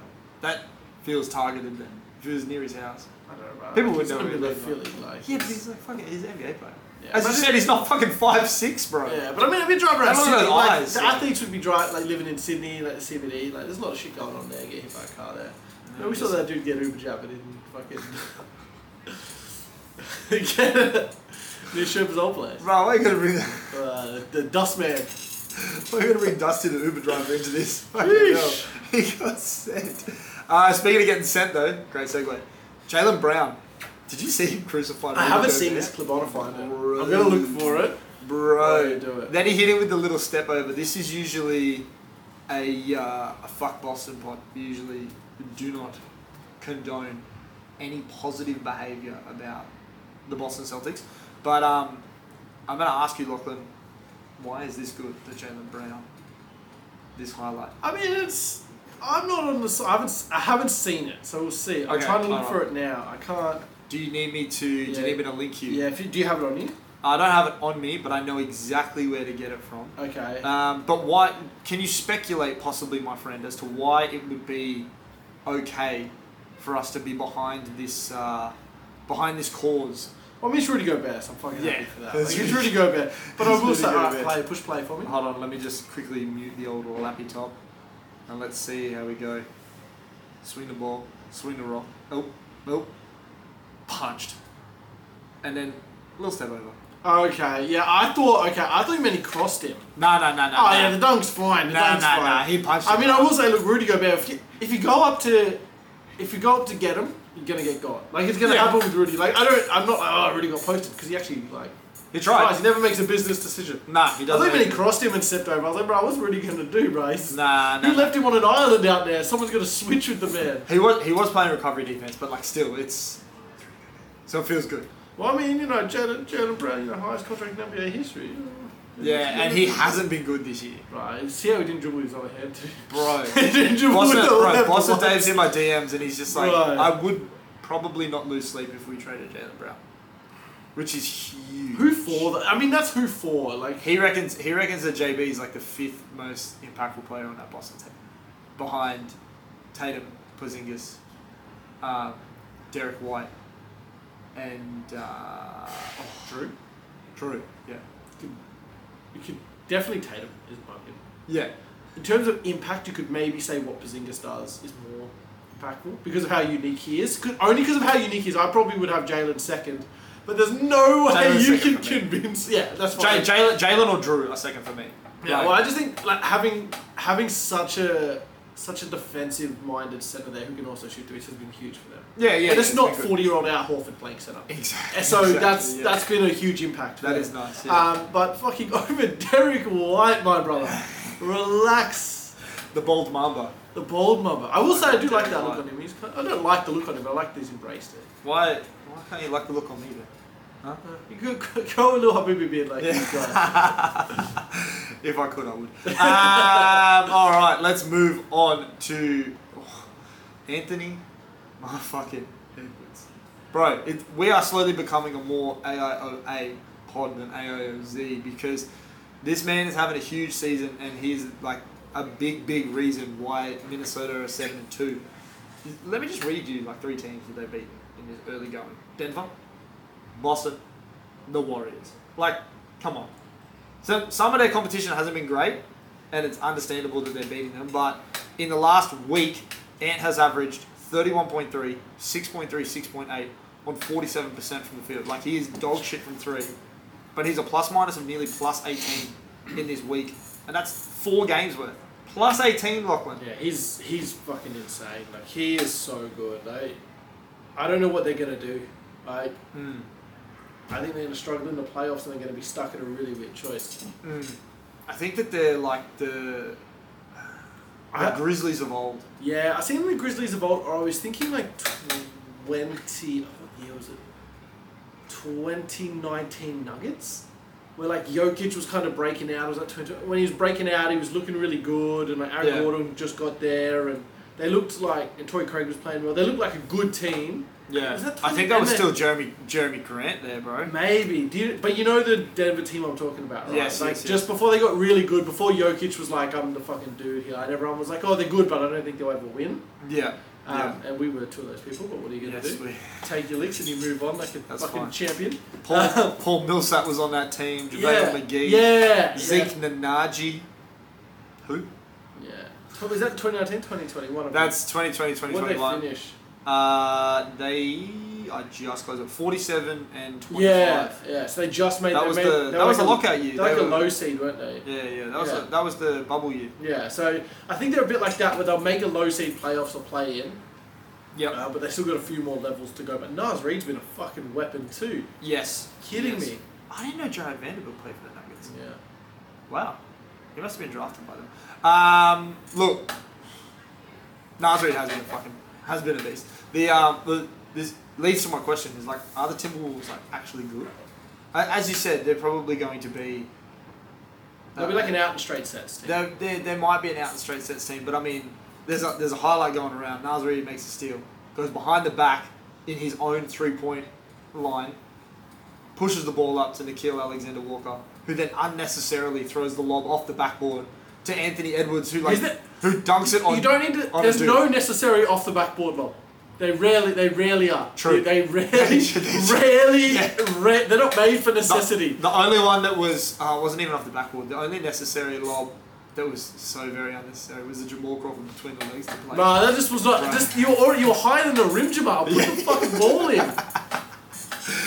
[SPEAKER 7] That feels targeted then. If it was near his house.
[SPEAKER 8] I don't know. About
[SPEAKER 7] People would
[SPEAKER 8] it's
[SPEAKER 7] know
[SPEAKER 8] gonna
[SPEAKER 7] who
[SPEAKER 8] be
[SPEAKER 7] he
[SPEAKER 8] like
[SPEAKER 7] is,
[SPEAKER 8] Philly, like.
[SPEAKER 7] Yeah, but he's like fucking, he's an NBA player.
[SPEAKER 8] Yeah,
[SPEAKER 7] As you
[SPEAKER 8] but-
[SPEAKER 7] said, he's not fucking five six, bro.
[SPEAKER 8] Yeah, but I mean, if you drive around
[SPEAKER 7] That's
[SPEAKER 8] Sydney,
[SPEAKER 7] one of those
[SPEAKER 8] like,
[SPEAKER 7] eyes,
[SPEAKER 8] the
[SPEAKER 7] yeah.
[SPEAKER 8] athletes would be dri like living in Sydney, like the CBD. Like, there's a lot of shit going on there. Get hit by a car there. No, we saw that dude get Uber jabbed in fucking. get it. Near Sherpa's old place.
[SPEAKER 7] Bro, we're gonna bring
[SPEAKER 8] Uh, the dust man.
[SPEAKER 7] we're gonna bring Dusty the Uber driver into this. Fucking hell.
[SPEAKER 8] Yeesh.
[SPEAKER 7] He got sent. Uh, speaking of getting sent though, great segue. Jalen Brown. Did you see him crucified?
[SPEAKER 8] I
[SPEAKER 7] over
[SPEAKER 8] haven't
[SPEAKER 7] Gobert?
[SPEAKER 8] seen this clip on a find it.
[SPEAKER 7] Bro.
[SPEAKER 8] I'm gonna look for it.
[SPEAKER 7] Bro,
[SPEAKER 8] Oh, do it.
[SPEAKER 7] then he hit him with the little step over. This is usually a, uh, a fuck Boston pod. We usually do not condone any positive behaviour about the Boston Celtics. But um, I'm going to ask you, Lachlan, why is this good, the Jalen Brown, this highlight?
[SPEAKER 8] I mean, it's. I'm not on the. s- I haven't. s- I haven't seen it, so we'll see. I'm
[SPEAKER 7] Okay,
[SPEAKER 8] trying to look
[SPEAKER 7] alright.
[SPEAKER 8] for it now. I can't.
[SPEAKER 7] Do you need me to? Do
[SPEAKER 8] Yeah.
[SPEAKER 7] you need me to link you?
[SPEAKER 8] Yeah. If you do, you have it on you.
[SPEAKER 7] I don't have it on me, but I know exactly where to get it from.
[SPEAKER 8] Okay.
[SPEAKER 7] Um, but why? Can you speculate, possibly, my friend, as to why it would be okay for us to be behind this uh, behind this cause?
[SPEAKER 8] Well, I mean, it's Rudy Gobert, so I'm fucking
[SPEAKER 7] Yeah.
[SPEAKER 8] happy for that. Like,
[SPEAKER 7] That's
[SPEAKER 8] it's
[SPEAKER 7] Rudy-
[SPEAKER 8] Rudy Gobert. But I
[SPEAKER 7] It's
[SPEAKER 8] will
[SPEAKER 7] Rudy
[SPEAKER 8] say, alright,
[SPEAKER 7] Gobert.
[SPEAKER 8] play, push play for me.
[SPEAKER 7] Hold on, let me just quickly mute the old lappy top, and let's see how we go. Swing the ball, swing the rock. Oh, oh, punched, and then little step over.
[SPEAKER 8] Okay, yeah, I thought, okay, I thought you meant he crossed him.
[SPEAKER 7] No, no, no, no.
[SPEAKER 8] Oh,
[SPEAKER 7] no.
[SPEAKER 8] yeah, the dunk's fine. The
[SPEAKER 7] No,
[SPEAKER 8] dunk's
[SPEAKER 7] no,
[SPEAKER 8] fine.
[SPEAKER 7] no, he punched
[SPEAKER 8] I
[SPEAKER 7] him.
[SPEAKER 8] mean, I will say, look, Rudy Gobert, if you, if you go up to, if you go up to get him, you're going to get got. Like, it's going to
[SPEAKER 7] Yeah.
[SPEAKER 8] happen with Rudy. Like, I don't, I'm not like, oh, Rudy got posted, because he actually, like,
[SPEAKER 7] he
[SPEAKER 8] tries.
[SPEAKER 7] tried.
[SPEAKER 8] He never makes a business decision.
[SPEAKER 7] Nah, he
[SPEAKER 8] I
[SPEAKER 7] doesn't.
[SPEAKER 8] thought you meant he crossed him and stepped over. I was like, bro, what's Rudy going to do, bro? He's-
[SPEAKER 7] Nah, nah.
[SPEAKER 8] You left him on an island out there. Someone's going to switch with the man.
[SPEAKER 7] He was he was playing recovery defense, but like still, it's so it feels good.
[SPEAKER 8] Well, I mean, you know, Jalen, Jalen Brown, you know, highest contract in NBA history. you know.
[SPEAKER 7] Yeah, and he hasn't been good this year,
[SPEAKER 8] Right, see how he didn't dribble his other hand, too.
[SPEAKER 7] bro.
[SPEAKER 8] he didn't dribble
[SPEAKER 7] Boston,
[SPEAKER 8] with the
[SPEAKER 7] bro,
[SPEAKER 8] left
[SPEAKER 7] Boston
[SPEAKER 8] once.
[SPEAKER 7] Dave's in my DMs, and he's just like,
[SPEAKER 8] Right.
[SPEAKER 7] I would probably not lose sleep if we traded Jalen Brown, which is huge.
[SPEAKER 8] Who for? The, I mean, that's who for. Like,
[SPEAKER 7] He reckons he reckons that JB is like the fifth most impactful player on that Boston team, behind Tatum, Porzingis, um, Derek White, and uh, oh, Drew. Drew, yeah,
[SPEAKER 8] You could definitely Tatum is my opinion.
[SPEAKER 7] yeah,
[SPEAKER 8] In terms of impact, you could maybe say what Bazinga does is more impactful because of how unique he is. 'Cause- Only because of how unique he is, I probably would have Jalen second. But there's no way
[SPEAKER 7] Jalen's
[SPEAKER 8] you can
[SPEAKER 7] second for me.
[SPEAKER 8] convince. Yeah, that's
[SPEAKER 7] J-
[SPEAKER 8] fine.
[SPEAKER 7] Jalen, Jalen or Drew are second for me.
[SPEAKER 8] Yeah,
[SPEAKER 7] Like,
[SPEAKER 8] well, I just think like having having such a such a defensive minded center there who can also shoot threes has been huge for them.
[SPEAKER 7] yeah, yeah.
[SPEAKER 8] and it's not
[SPEAKER 7] been good.
[SPEAKER 8] forty year old Al Horford playing center.
[SPEAKER 7] Exactly.
[SPEAKER 8] And so
[SPEAKER 7] exactly,
[SPEAKER 8] that's
[SPEAKER 7] yeah.
[SPEAKER 8] that's been a huge impact. for
[SPEAKER 7] That
[SPEAKER 8] them.
[SPEAKER 7] is nice, yeah.
[SPEAKER 8] Um, but fucking over Derek White, my brother. Relax,
[SPEAKER 7] the bald mamba.
[SPEAKER 8] the bald mother. I will say I do
[SPEAKER 7] Derek
[SPEAKER 8] like that look
[SPEAKER 7] White.
[SPEAKER 8] on him. He's kind I don't like the look on him. But I like that he's embraced it.
[SPEAKER 7] Why? Why can't you like the look on me then?
[SPEAKER 8] You could go a little Habibi beard like
[SPEAKER 7] Yeah.
[SPEAKER 8] this guy.
[SPEAKER 7] If I could, I would. um, all right, let's move on to oh, Anthony. Motherfucking Edwards, bro. It, we are slowly becoming a more AIOA pod than AIOZ because this man is having a huge season and he's like a big, big reason why Minnesota are seven and two. Let me just read you like three teams that they've beaten in this early going: Denver, Boston, the Warriors. Like, come on. So some of their competition hasn't been great, and it's understandable that they're beating them. But in the last week, Ant has averaged 31.3, 6.3, 6.8 on 47% from the field. Like he is dog shit from three, but he's a plus minus of nearly plus 18 in this week, and that's four games worth. Plus 18, Lachlan.
[SPEAKER 8] Yeah, he's he's fucking insane. Like he is so good. Like, I don't know what they're gonna do. Like, I think they're gonna struggle in the playoffs and they're gonna be stuck at a really weird choice.
[SPEAKER 7] I think that they're like the, the
[SPEAKER 8] I-
[SPEAKER 7] Grizzlies of old.
[SPEAKER 8] Yeah, I seen the Grizzlies of old. Or I was thinking like twenty. oh, What year was it? Twenty nineteen Nuggets. Where like Jokic was kind of breaking out, it was like 20, when he was breaking out, he was looking really good, and like Aaron
[SPEAKER 7] Yeah.
[SPEAKER 8] Gordon just got there, and they looked like, and Tory Craig was playing well. They looked like a good team.
[SPEAKER 7] Yeah,
[SPEAKER 8] Was that
[SPEAKER 7] I think that was
[SPEAKER 8] 20?
[SPEAKER 7] still Jeremy Jeremy Grant there, bro.
[SPEAKER 8] Maybe, Do you- but you know the Denver team I'm talking about, right?
[SPEAKER 7] Yes,
[SPEAKER 8] like
[SPEAKER 7] yes, yes.
[SPEAKER 8] just before they got really good, before Jokic was like, "I'm the fucking dude here," and everyone was like, "Oh, they're good, but I don't think they'll ever win."
[SPEAKER 7] Yeah,
[SPEAKER 8] Um,
[SPEAKER 7] yeah.
[SPEAKER 8] And we were two of those people. But what are you gonna
[SPEAKER 7] Yes,
[SPEAKER 8] do?
[SPEAKER 7] we-
[SPEAKER 8] Take your licks and you move on like a
[SPEAKER 7] That's
[SPEAKER 8] fucking
[SPEAKER 7] fine.
[SPEAKER 8] champion.
[SPEAKER 7] Paul, Paul Millsap was on that team. JaVale
[SPEAKER 8] yeah,
[SPEAKER 7] McGee.
[SPEAKER 8] yeah,
[SPEAKER 7] Zeke Nanaji. Who?
[SPEAKER 8] Yeah. yeah. Was that 2019, 2021?
[SPEAKER 7] That's 2020,
[SPEAKER 8] what did they
[SPEAKER 7] 2021.
[SPEAKER 8] finish?
[SPEAKER 7] uh, they, I just closed it. 47 and 25.
[SPEAKER 8] Yeah, yeah. So they just made.
[SPEAKER 7] That
[SPEAKER 8] they
[SPEAKER 7] was
[SPEAKER 8] made,
[SPEAKER 7] the-
[SPEAKER 8] they
[SPEAKER 7] that
[SPEAKER 8] were
[SPEAKER 7] was
[SPEAKER 8] like
[SPEAKER 7] the lockout year.
[SPEAKER 8] They were like
[SPEAKER 7] They
[SPEAKER 8] a
[SPEAKER 7] were-
[SPEAKER 8] low seed, weren't they?
[SPEAKER 7] Yeah, yeah. That was,
[SPEAKER 8] Yeah.
[SPEAKER 7] The, that was the bubble year.
[SPEAKER 8] Yeah, so I think they're a bit like that, where they'll make a low seed playoffs or play in,
[SPEAKER 7] Yep.
[SPEAKER 8] uh, but they still got a few more levels to go. But Nas Reed's been a fucking weapon too.
[SPEAKER 7] yes.
[SPEAKER 8] Kidding
[SPEAKER 7] Yes.
[SPEAKER 8] me.
[SPEAKER 7] I didn't know Jared Vanderbilt played for the Nuggets.
[SPEAKER 8] Yeah.
[SPEAKER 7] Wow. He must have been drafted by them. Um, look, Nasri has been a fucking has been a beast. The um, the, this leads to my question is like, are the Timberwolves like actually good? A- As you said, they're probably going to be. uh,
[SPEAKER 8] They'll be like an out and straight sets team.
[SPEAKER 7] There, there, there might be an out and straight sets team, but I mean, there's a, there's a highlight going around. Nasri makes a steal, goes behind the back in his own three point line, pushes the ball up to Nikhil Alexander Walker, who then unnecessarily throws the lob off the backboard to Anthony Edwards, who like
[SPEAKER 8] Is that-
[SPEAKER 7] who dunks it on.
[SPEAKER 8] you don't need to.
[SPEAKER 7] on
[SPEAKER 8] There's
[SPEAKER 7] Duke.
[SPEAKER 8] no necessary off the backboard lob. They rarely, they rarely are.
[SPEAKER 7] True.
[SPEAKER 8] They, they rarely, rarely, ra- they're not made for necessity.
[SPEAKER 7] The, the only one that was uh, wasn't even off the backboard. The only necessary lob that was so very unnecessary was the Jamal Crawford between the legs to play.
[SPEAKER 8] Nah, that just was not.
[SPEAKER 7] Right.
[SPEAKER 8] Just you were already, you were higher than the rim, Jamal. Put the fucking ball in.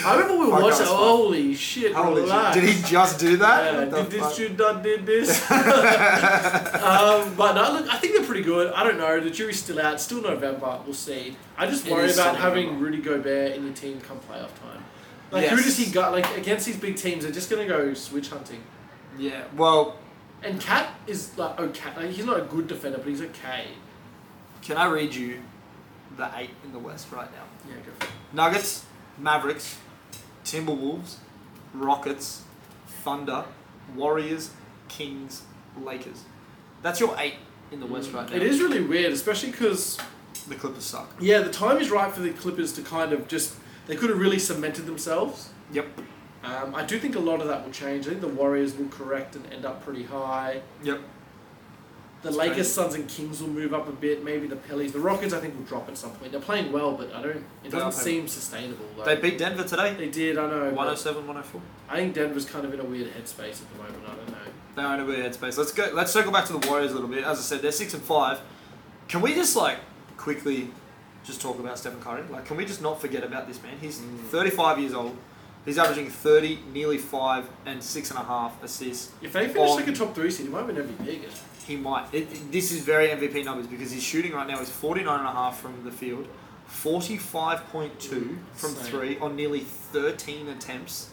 [SPEAKER 8] I remember we
[SPEAKER 7] Fuck,
[SPEAKER 8] watched
[SPEAKER 7] that was
[SPEAKER 8] it.
[SPEAKER 7] fun.
[SPEAKER 8] Holy shit!
[SPEAKER 7] Holy shit.
[SPEAKER 8] relax.
[SPEAKER 7] Did he just do that?
[SPEAKER 8] Yeah,
[SPEAKER 7] What the
[SPEAKER 8] Uh, did this
[SPEAKER 7] fuck?
[SPEAKER 8] dude done did this? um, but no, look, I think they're pretty good. I don't know. The jury's still out. It's Still November. We'll see. I just
[SPEAKER 7] It
[SPEAKER 8] worry
[SPEAKER 7] is
[SPEAKER 8] about
[SPEAKER 7] still
[SPEAKER 8] having
[SPEAKER 7] November.
[SPEAKER 8] Rudy Gobert in your team come playoff time. Like who
[SPEAKER 7] Yes.
[SPEAKER 8] does he got? Like against these big teams, they're just gonna go switch hunting.
[SPEAKER 7] Yeah. Well,
[SPEAKER 8] And Cat is like okay. Like, he's not a good defender, but he's okay.
[SPEAKER 7] can I read you the eight in the West right now?
[SPEAKER 8] Yeah, go for it.
[SPEAKER 7] Nuggets, Mavericks, Timberwolves, Rockets, Thunder, Warriors, Kings, Lakers. That's your eight in the West right now.
[SPEAKER 8] Mm, It is really weird, especially because
[SPEAKER 7] The Clippers suck.
[SPEAKER 8] yeah, the time is right for the Clippers to kind of just they could have really cemented themselves.
[SPEAKER 7] Yep.
[SPEAKER 8] Um, I do think a lot of that will change. I think the Warriors will correct and end up pretty high.
[SPEAKER 7] Yep.
[SPEAKER 8] The Lakers, Suns, and Kings will move up a bit. Maybe the Pellies, the Rockets, I think will drop at some point. They're playing well, but I don't. It
[SPEAKER 7] They are
[SPEAKER 8] doesn't
[SPEAKER 7] playing
[SPEAKER 8] seem sustainable. Though.
[SPEAKER 7] They beat Denver today.
[SPEAKER 8] They did. I know. but
[SPEAKER 7] 107, 104.
[SPEAKER 8] I think Denver's kind of in a weird headspace at the moment. I don't know.
[SPEAKER 7] They are in a weird headspace. Let's go. Let's circle back to the Warriors a little bit. As I said, they're six and five. Can we just like quickly just talk about Stephen Curry? Like, can we just not forget about this man? He's
[SPEAKER 8] Mm.
[SPEAKER 7] 35 years old. He's averaging 30, nearly five, and six and a half assists.
[SPEAKER 8] If they finish
[SPEAKER 7] on-
[SPEAKER 8] like a top three seed, it might win every league.
[SPEAKER 7] He might. It, it- this is very MVP numbers because his shooting right now is 49.5 from the field, 45.2 from
[SPEAKER 8] Insane.
[SPEAKER 7] three on nearly 13 attempts,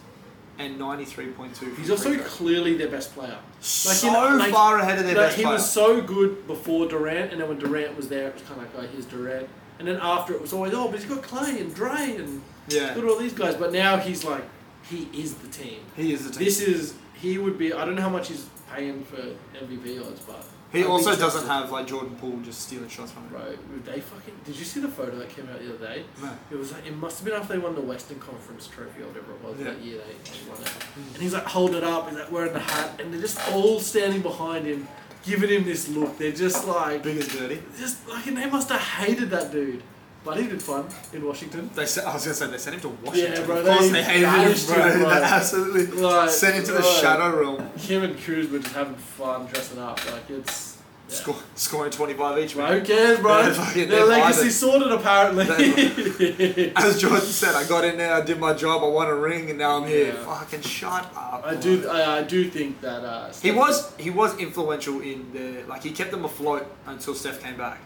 [SPEAKER 7] and 93.2. from
[SPEAKER 8] He's also
[SPEAKER 7] free throw.
[SPEAKER 8] clearly their best player.
[SPEAKER 7] so
[SPEAKER 8] know, like-
[SPEAKER 7] far ahead of their
[SPEAKER 8] Like,
[SPEAKER 7] best
[SPEAKER 8] he
[SPEAKER 7] player.
[SPEAKER 8] was so good before Durant, and then when Durant was there, it was kind of like, oh, here's Durant. And then after, it was always, oh, but he's got Clay and Dre and he's got
[SPEAKER 7] yeah,
[SPEAKER 8] all these guys. But now he's like, he is the team.
[SPEAKER 7] he is the team.
[SPEAKER 8] This is, he would be, I don't know how much he's paying for MVP odds, but.
[SPEAKER 7] He
[SPEAKER 8] I'd be
[SPEAKER 7] also
[SPEAKER 8] interested.
[SPEAKER 7] doesn't have like Jordan Poole just stealing shots from him.
[SPEAKER 8] Bro, they fucking. Did you see the photo that came out the other day?
[SPEAKER 7] No.
[SPEAKER 8] It was like it must have been after they won the Western Conference Trophy or whatever it was
[SPEAKER 7] Yeah. Hmm.
[SPEAKER 8] that year they won it. And he's like holding it up, he's like wearing the hat, and they're just all standing behind him, giving him this look. They're just like,
[SPEAKER 7] Big as dirty.
[SPEAKER 8] just like, and they must have hated that dude. But he did fun in Washington.
[SPEAKER 7] They sent, I was gonna say they sent him to Washington.
[SPEAKER 8] bro,
[SPEAKER 7] of course
[SPEAKER 8] they
[SPEAKER 7] they, hated him,
[SPEAKER 8] bashed
[SPEAKER 7] bro.
[SPEAKER 8] him, bro.
[SPEAKER 7] They absolutely
[SPEAKER 8] Like,
[SPEAKER 7] sent him to the
[SPEAKER 8] right.
[SPEAKER 7] shadow realm,
[SPEAKER 8] Him and Cruz were just having fun dressing up. Like it's. yeah.
[SPEAKER 7] score, scoring twenty five each.
[SPEAKER 8] Bro,
[SPEAKER 7] man.
[SPEAKER 8] who cares, bro?
[SPEAKER 7] They're fucking-
[SPEAKER 8] Their
[SPEAKER 7] they're
[SPEAKER 8] legacy
[SPEAKER 7] vibing.
[SPEAKER 8] sorted apparently.
[SPEAKER 7] As Jordan said, I got in there, I did my job, I won a ring, and now I'm here.
[SPEAKER 8] Yeah.
[SPEAKER 7] Fucking shut up.
[SPEAKER 8] I
[SPEAKER 7] bro.
[SPEAKER 8] do. I, I do think that. Uh,
[SPEAKER 7] He
[SPEAKER 8] Steph-
[SPEAKER 7] was he was influential in the like he kept them afloat until Steph came back.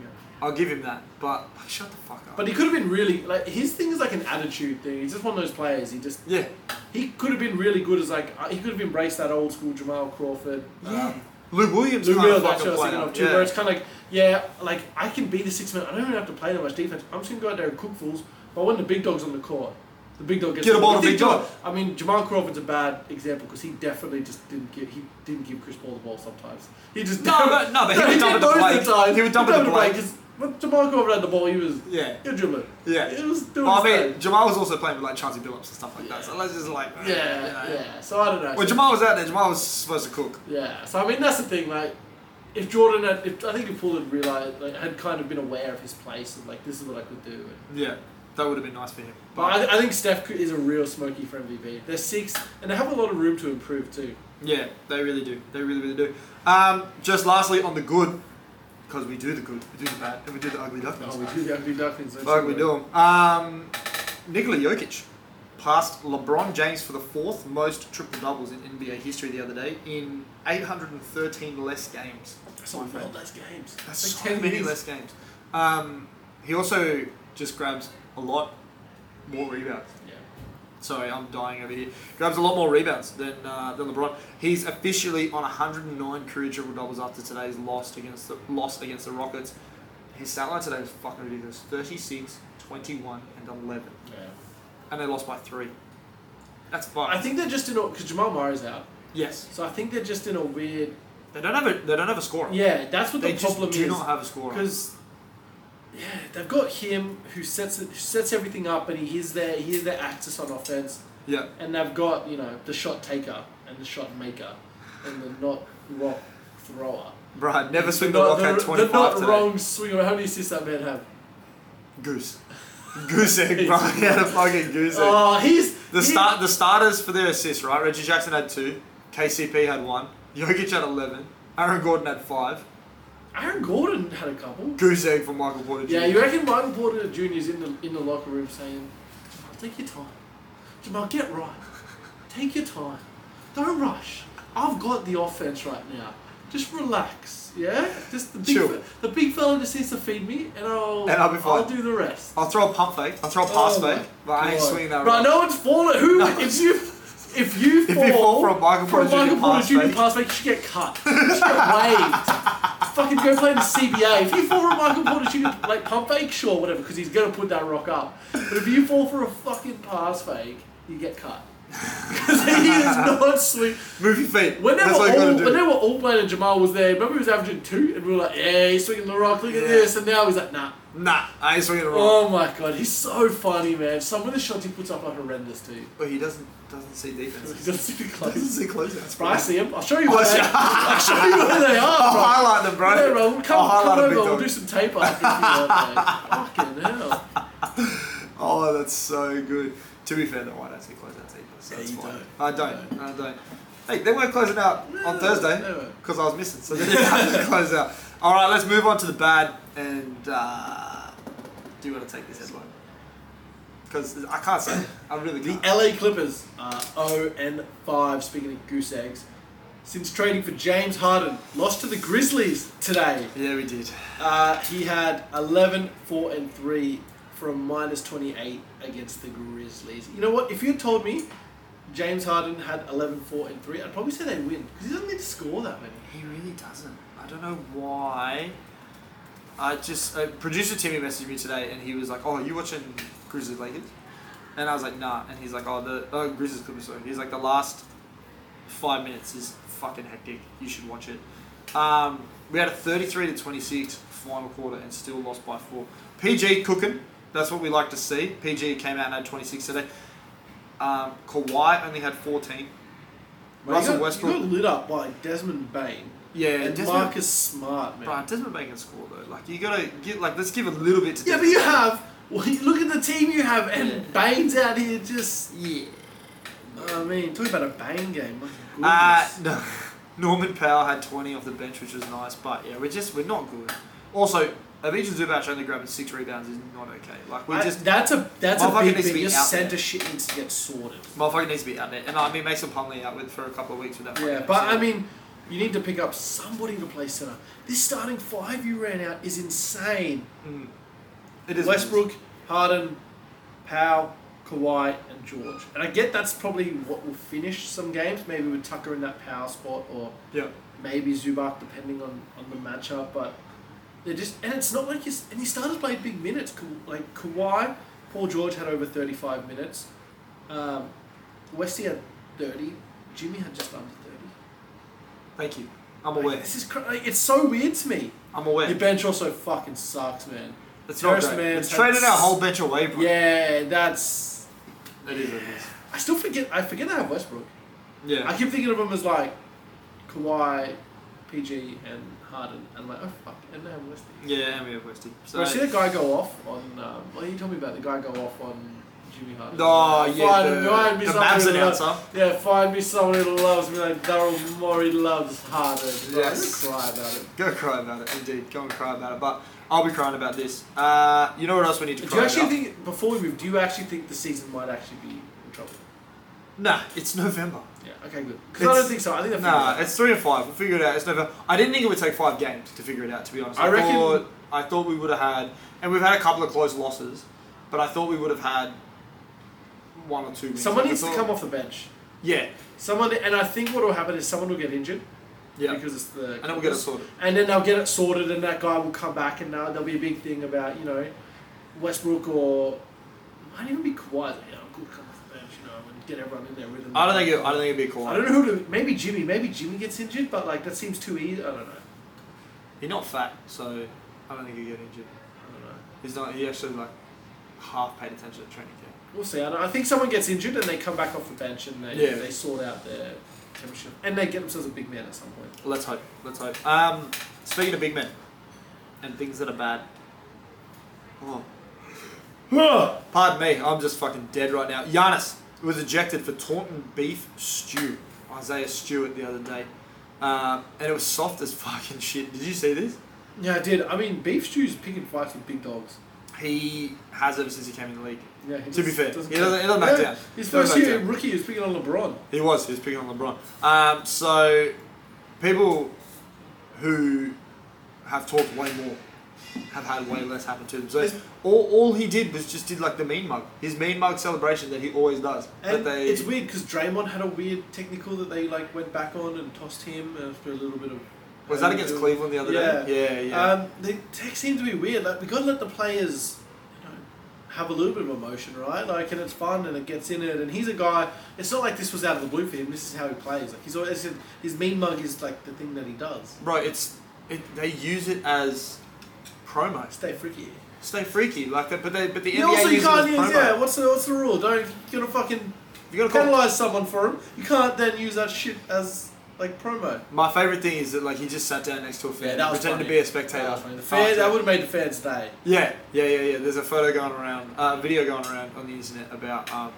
[SPEAKER 8] Yeah.
[SPEAKER 7] I'll give him that, but like, shut the fuck up.
[SPEAKER 8] But he could have been really like his thing is like an attitude thing. He's just one of those players. He just
[SPEAKER 7] yeah,
[SPEAKER 8] he could have been really good as like uh, he could have embraced that old school Jamal Crawford.
[SPEAKER 7] yeah.
[SPEAKER 8] Um,
[SPEAKER 7] Lou Williams
[SPEAKER 8] Lou
[SPEAKER 7] kind
[SPEAKER 8] Will,
[SPEAKER 7] of
[SPEAKER 8] that's
[SPEAKER 7] fucking
[SPEAKER 8] what I was thinking
[SPEAKER 7] player.
[SPEAKER 8] of too. Where it's kind of like yeah, like I can be the six man. I don't even have to play that much defense. I'm just gonna go out there and cook fools. But when the big dog's on the court, the big dog gets
[SPEAKER 7] Get a
[SPEAKER 8] the
[SPEAKER 7] ball to
[SPEAKER 8] The
[SPEAKER 7] big dog.
[SPEAKER 8] I mean Jamal Crawford's a bad example because he definitely just didn't give he didn't give Chris Paul the ball sometimes. He just
[SPEAKER 7] No, but- no, but he would
[SPEAKER 8] did
[SPEAKER 7] dump it to
[SPEAKER 8] most of
[SPEAKER 7] Blake.
[SPEAKER 8] the time.
[SPEAKER 7] He would dump it to
[SPEAKER 8] dumped
[SPEAKER 7] Blake.
[SPEAKER 8] 'cause When Jamal Crawford had the ball, he was
[SPEAKER 7] Yeah.
[SPEAKER 8] he was dribbling.
[SPEAKER 7] Yeah.
[SPEAKER 8] It was doing
[SPEAKER 7] Well, I
[SPEAKER 8] his thing.
[SPEAKER 7] mean, Jamal was also playing with like Chauncey Billups and stuff like that. So let's just like
[SPEAKER 8] Yeah, yeah. So I don't know.
[SPEAKER 7] When Jamal was out there, Jamal was supposed to cook.
[SPEAKER 8] yeah. So I mean, that's the thing. Like, if Jordan had, if, I think if Paul had realized, like, had kind of been aware of his place and like this is what I could do. And,
[SPEAKER 7] Yeah, that would have been nice for him.
[SPEAKER 8] but I, I think Steph could, is a real smoky for MVP. They're six, and they have a lot of room to improve too.
[SPEAKER 7] Yeah, they really do. They really, really do. Um, just lastly on the good, because we do the good, we do the bad, and we do the ugly ducklings.
[SPEAKER 8] Oh, we do the ugly ducklings. don't
[SPEAKER 7] Fuck, we
[SPEAKER 8] we?
[SPEAKER 7] do 'em. Um, Nikola Jokic passed LeBron James for the fourth most triple doubles in NBA history the other day in 813 less games.
[SPEAKER 8] That's a lot less games.
[SPEAKER 7] That's
[SPEAKER 8] Like
[SPEAKER 7] so many
[SPEAKER 8] years.
[SPEAKER 7] less games. Um, he also just grabs a lot more rebounds.
[SPEAKER 8] Yeah.
[SPEAKER 7] Sorry, I'm dying over here. Grabs a lot more rebounds than uh, than LeBron. He's officially on 109 career triple doubles after today's loss against the loss against the Rockets. His stat line today was fucking ridiculous: 36, 21, and 11,
[SPEAKER 8] Yeah.
[SPEAKER 7] and they lost by three. That's fucked.
[SPEAKER 8] I think they're just in a because Jamal Murray's out,
[SPEAKER 7] yes,
[SPEAKER 8] so I think they're just in a weird.
[SPEAKER 7] they don't have a they don't have a scorer.
[SPEAKER 8] Yeah, that's what
[SPEAKER 7] they
[SPEAKER 8] the
[SPEAKER 7] just
[SPEAKER 8] problem
[SPEAKER 7] do
[SPEAKER 8] is.
[SPEAKER 7] not have a scorer.
[SPEAKER 8] Because yeah, they've got him who sets it, who sets everything up, and he is their he is their axis on offense.
[SPEAKER 7] yeah,
[SPEAKER 8] And they've got you know the shot taker and the shot maker, and the not rock thrower.
[SPEAKER 7] Brad never swing the
[SPEAKER 8] Not-
[SPEAKER 7] rock at
[SPEAKER 8] the,
[SPEAKER 7] 25
[SPEAKER 8] the not
[SPEAKER 7] today.
[SPEAKER 8] wrong swinger. How many assists that man have?
[SPEAKER 7] Goose. Goose egg, bro. He had a fucking goose egg.
[SPEAKER 8] Oh, he's
[SPEAKER 7] the
[SPEAKER 8] he-
[SPEAKER 7] start the starters for their assists, right? Reggie Jackson had two, KCP had one, Jokic had eleven, Aaron Gordon had five,
[SPEAKER 8] Aaron Gordon had a couple.
[SPEAKER 7] goose egg from Michael Porter. Jr.
[SPEAKER 8] Yeah, you reckon Michael Porter Jr. is in the in the locker room saying, "Jamal, "Take your time, Jamal, get right. Take your time. Don't rush. I've got the offense right now. Just relax. Yeah, just the big
[SPEAKER 7] Chill.
[SPEAKER 8] fe- the big fella just needs to feed me, and I'll
[SPEAKER 7] And I'll be fine.
[SPEAKER 8] do the rest.
[SPEAKER 7] I'll throw a pump fake. I'll throw a pass
[SPEAKER 8] Oh my
[SPEAKER 7] fake, but I ain't
[SPEAKER 8] God.
[SPEAKER 7] swinging that.
[SPEAKER 8] Right,
[SPEAKER 7] rock.
[SPEAKER 8] no one's falling. Who
[SPEAKER 7] No.
[SPEAKER 8] if you if you
[SPEAKER 7] If
[SPEAKER 8] fall,
[SPEAKER 7] you fall for a Michael
[SPEAKER 8] for a
[SPEAKER 7] Porter Jr.
[SPEAKER 8] Michael Porter
[SPEAKER 7] pass
[SPEAKER 8] Jr.
[SPEAKER 7] fake-
[SPEAKER 8] pass fake, you should get cut. You should get waived. Fucking go play in the CBA. If you fall for a Michael Porter Jr. like pump fake, sure, whatever, because he's gonna put that rock up. But if you fall for a fucking pass fake, you get cut. Because he is not sweet.
[SPEAKER 7] Move your feet.
[SPEAKER 8] When they,
[SPEAKER 7] That's
[SPEAKER 8] were
[SPEAKER 7] what you
[SPEAKER 8] all,
[SPEAKER 7] gotta do.
[SPEAKER 8] when they were all playing and Jamal was there, remember he was averaging two and we were like, yeah, he's swinging the rock, look at
[SPEAKER 7] Yeah.
[SPEAKER 8] this. And now he's like, nah,
[SPEAKER 7] Nah, I ain't swinging the rock.
[SPEAKER 8] Oh my god, he's so funny, man. Some of the shots he puts up are horrendous, dude.
[SPEAKER 7] But he doesn't doesn't see
[SPEAKER 8] He
[SPEAKER 7] defense.
[SPEAKER 8] doesn't see the
[SPEAKER 7] doesn't
[SPEAKER 8] close.
[SPEAKER 7] see closeouts.
[SPEAKER 8] But I see him. I'll show you
[SPEAKER 7] Oh,
[SPEAKER 8] where they,
[SPEAKER 7] shit.
[SPEAKER 8] I'll show you where they
[SPEAKER 7] I'll
[SPEAKER 8] are, bro.
[SPEAKER 7] highlight them
[SPEAKER 8] hell, come,
[SPEAKER 7] Oh, highlight
[SPEAKER 8] come
[SPEAKER 7] a big
[SPEAKER 8] over, we'll
[SPEAKER 7] dog.
[SPEAKER 8] do some tape after if you want, mate. Fucking hell.
[SPEAKER 7] Oh, that's so good. To be fair, though, I don't see closeouts either, so that's
[SPEAKER 8] you
[SPEAKER 7] fine.
[SPEAKER 8] don't.
[SPEAKER 7] I don't. I don't. Hey, they weren't closing out on
[SPEAKER 8] they
[SPEAKER 7] Thursday
[SPEAKER 8] weren't.
[SPEAKER 7] because I was missing, so they didn't have to close out. All right, let's move on to the bad. And uh, do you want to take this headline? Because I can't say it. I really
[SPEAKER 8] The
[SPEAKER 7] can't.
[SPEAKER 8] LA Clippers are 0 and 5, speaking of goose eggs, since trading for James Harden. Lost to the Grizzlies today.
[SPEAKER 7] yeah, we did.
[SPEAKER 8] Uh, he had 11, 4, and 3 from minus 28 against the Grizzlies. You know what? If you had told me James Harden had 11, 4, and 3, I'd probably say they win because he doesn't need to score that many.
[SPEAKER 7] He really doesn't. I don't know why. I just uh, producer Timmy messaged me today, and he was like, "Oh, are you watching Grizzlies Lakers?" And I was like, "Nah." And he's like, "Oh, the oh Grizzlies could be so." He's like, "The last five minutes is fucking hectic. You should watch it." Um, we had a 33 to 26 final quarter and still lost by four. PG cooking. That's what we like to see. PG came out and had 26 today. Um, Kawhi only had 14.
[SPEAKER 8] Mate,
[SPEAKER 7] Russell
[SPEAKER 8] you got,
[SPEAKER 7] Westbrook.
[SPEAKER 8] You got lit up by Desmond Bain
[SPEAKER 7] yeah,
[SPEAKER 8] and
[SPEAKER 7] Desmond-
[SPEAKER 8] Marcus Smart, man.
[SPEAKER 7] Right, Desmond Bain can score though. Like you gotta give like let's give a little bit to.
[SPEAKER 8] Yeah, but
[SPEAKER 7] Desmond.
[SPEAKER 8] you have. Well, you look at the team you have, and Bane's out here just.
[SPEAKER 7] yeah.
[SPEAKER 8] I mean, talk about a Bane game. my goodness.
[SPEAKER 7] Uh, no. Norman Powell had twenty off the bench, which was nice, but yeah, we're just we're not good. Also, Avicii Zubac only grabbing six rebounds is not okay. Like we
[SPEAKER 8] I-
[SPEAKER 7] just
[SPEAKER 8] that's a that's a
[SPEAKER 7] Motherfucker
[SPEAKER 8] big
[SPEAKER 7] needs to
[SPEAKER 8] thing.
[SPEAKER 7] be
[SPEAKER 8] Your
[SPEAKER 7] out there.
[SPEAKER 8] centre shit needs to get sorted.
[SPEAKER 7] motherfucker needs to be out there, and I mean Mason Plumlee out with for a couple of weeks with that.
[SPEAKER 8] Yeah,
[SPEAKER 7] fucking
[SPEAKER 8] but I
[SPEAKER 7] upset.
[SPEAKER 8] mean, you need to pick up somebody to play centre. This starting five you ran out is insane.
[SPEAKER 7] it is
[SPEAKER 8] Westbrook, Harden, Powell, Kawhi, and George. And I get that's probably what will finish some games. Maybe with Tucker in that power spot, or
[SPEAKER 7] Yeah,
[SPEAKER 8] maybe Zubac, depending on, on the matchup. But they just and it's not like his and his starters played big minutes. Ka- Like Kawhi, Paul George had over thirty five minutes. Um, Westy had thirty. Jimmy had just under thirty.
[SPEAKER 7] thank you. I'm
[SPEAKER 8] Like,
[SPEAKER 7] aware.
[SPEAKER 8] this is cr- like, it's so weird to me.
[SPEAKER 7] I'm aware.
[SPEAKER 8] Your bench also fucking sucks, man.
[SPEAKER 7] It's not
[SPEAKER 8] Terrace
[SPEAKER 7] great.
[SPEAKER 8] Mann
[SPEAKER 7] It's
[SPEAKER 8] had
[SPEAKER 7] traded our
[SPEAKER 8] s-
[SPEAKER 7] whole bench away, bro.
[SPEAKER 8] Yeah, that's.
[SPEAKER 7] it is. It is.
[SPEAKER 8] I still forget. I forget I have Westbrook.
[SPEAKER 7] Yeah,
[SPEAKER 8] I keep thinking of them as like Kawhi, PG, and Harden, and I'm like oh fuck, and now Westy.
[SPEAKER 7] yeah, and we have Westy. So
[SPEAKER 8] Bro, I see the guy go off on. Um, well, you told me about the guy go off on Jimmy Harden.
[SPEAKER 7] Oh, yeah,
[SPEAKER 8] Find-
[SPEAKER 7] the-
[SPEAKER 8] find me
[SPEAKER 7] the
[SPEAKER 8] someone
[SPEAKER 7] Mavs
[SPEAKER 8] who
[SPEAKER 7] announcer.
[SPEAKER 8] lo- Yeah, find me someone who loves me like Daryl Morey loves Harden. Bro,
[SPEAKER 7] Yes.
[SPEAKER 8] I cry about it.
[SPEAKER 7] Go cry about it, indeed. Go and cry about it. But I'll be crying about this. Uh, you know what else we need to
[SPEAKER 8] Do
[SPEAKER 7] cry
[SPEAKER 8] you actually
[SPEAKER 7] about?
[SPEAKER 8] think before we move? Do you actually think the season might actually be in trouble?
[SPEAKER 7] nah, it's November.
[SPEAKER 8] Yeah. Okay. Good. Because I
[SPEAKER 7] It's-
[SPEAKER 8] don't think so. I think they're
[SPEAKER 7] Nah,
[SPEAKER 8] fine.
[SPEAKER 7] it's three and five. We'll figure it out. It's November. I didn't think it would take five games to figure it out. To be honest,
[SPEAKER 8] I reckon-
[SPEAKER 7] Thought, I thought we would have had, and we've had a couple of close losses, but I thought we would have had one or two. Wins.
[SPEAKER 8] Someone
[SPEAKER 7] Like, I
[SPEAKER 8] needs to
[SPEAKER 7] thought-
[SPEAKER 8] come off the bench.
[SPEAKER 7] Yeah,
[SPEAKER 8] Someone, and I think what will happen is someone will get injured.
[SPEAKER 7] yeah.
[SPEAKER 8] because it's the
[SPEAKER 7] And then we'll get it sorted.
[SPEAKER 8] And then they'll get it sorted, and that guy will come back, and now there'll be a big thing about you know Westbrook or might even be Kawhi. You know, good come off the bench, you know, and get everyone in their rhythm.
[SPEAKER 7] I don't think it, I don't think it'd be cool.
[SPEAKER 8] I don't know who to. Maybe Jimmy. Maybe Jimmy gets injured, but like that seems too easy. I don't know.
[SPEAKER 7] He's not fat, so I don't think he'd get injured.
[SPEAKER 8] I don't know.
[SPEAKER 7] He's not. He actually like half paid attention to training camp.
[SPEAKER 8] We'll see. I, don't, I think someone gets injured, and they come back off the bench, and they
[SPEAKER 7] Yeah.
[SPEAKER 8] they sort out their temperature, and they get themselves a big man at some point.
[SPEAKER 7] Let's hope. Let's hope. Um, speaking of big men and things that are bad. Oh. Pardon me, I'm just fucking dead right now. Giannis was ejected for Taunton beef stew. Isaiah Stewart the other day. Uh, and it was soft as fucking shit. Did you see this?
[SPEAKER 8] Yeah, I did. I mean, beef stew's picking fights with big dogs.
[SPEAKER 7] He has ever since he came in the league.
[SPEAKER 8] Yeah,
[SPEAKER 7] To be fair, he doesn't- he
[SPEAKER 8] care.
[SPEAKER 7] doesn't back
[SPEAKER 8] Yeah,
[SPEAKER 7] down.
[SPEAKER 8] His
[SPEAKER 7] He doesn't
[SPEAKER 8] first
[SPEAKER 7] back
[SPEAKER 8] year
[SPEAKER 7] down.
[SPEAKER 8] rookie is picking on LeBron.
[SPEAKER 7] He was. He was picking on LeBron. Um, so people who have talked way more have had way less happen to them. So all, all he did was just did like the mean mug, his mean mug celebration that he always does.
[SPEAKER 8] And
[SPEAKER 7] that they
[SPEAKER 8] it's weird because Draymond had a weird technical that they like went back on and tossed him after a little bit of.
[SPEAKER 7] was that against Cleveland the other day? Yeah, yeah.
[SPEAKER 8] Um, the tech seemed to be weird. Like we gotta let the players, you know, have a little bit of emotion, right? Like, and it's fun and it gets in it. And he's a guy. It's not like this was out of the blue for him. This is how he plays. Like he's always his mean mug is like the thing that he does.
[SPEAKER 7] Bro, it's it, they use it as promo.
[SPEAKER 8] Stay freaky.
[SPEAKER 7] Stay freaky, like that. But they but the
[SPEAKER 8] You
[SPEAKER 7] NBA
[SPEAKER 8] also
[SPEAKER 7] uses
[SPEAKER 8] can't
[SPEAKER 7] it
[SPEAKER 8] use
[SPEAKER 7] as promo.
[SPEAKER 8] yeah. What's the what's the rule? Don't you gotta fucking
[SPEAKER 7] You gotta call.
[SPEAKER 8] penalise someone for him. You can't then use that shit as like promo.
[SPEAKER 7] My favourite thing is that like he just sat down next to a fan,
[SPEAKER 8] Yeah,
[SPEAKER 7] and
[SPEAKER 8] that was
[SPEAKER 7] pretended to
[SPEAKER 8] funny.
[SPEAKER 7] be a spectator.
[SPEAKER 8] That was funny. The fan, that would have made the fans day.
[SPEAKER 7] Yeah, yeah, yeah, yeah. There's a photo going around, uh, a video going around on the internet about um,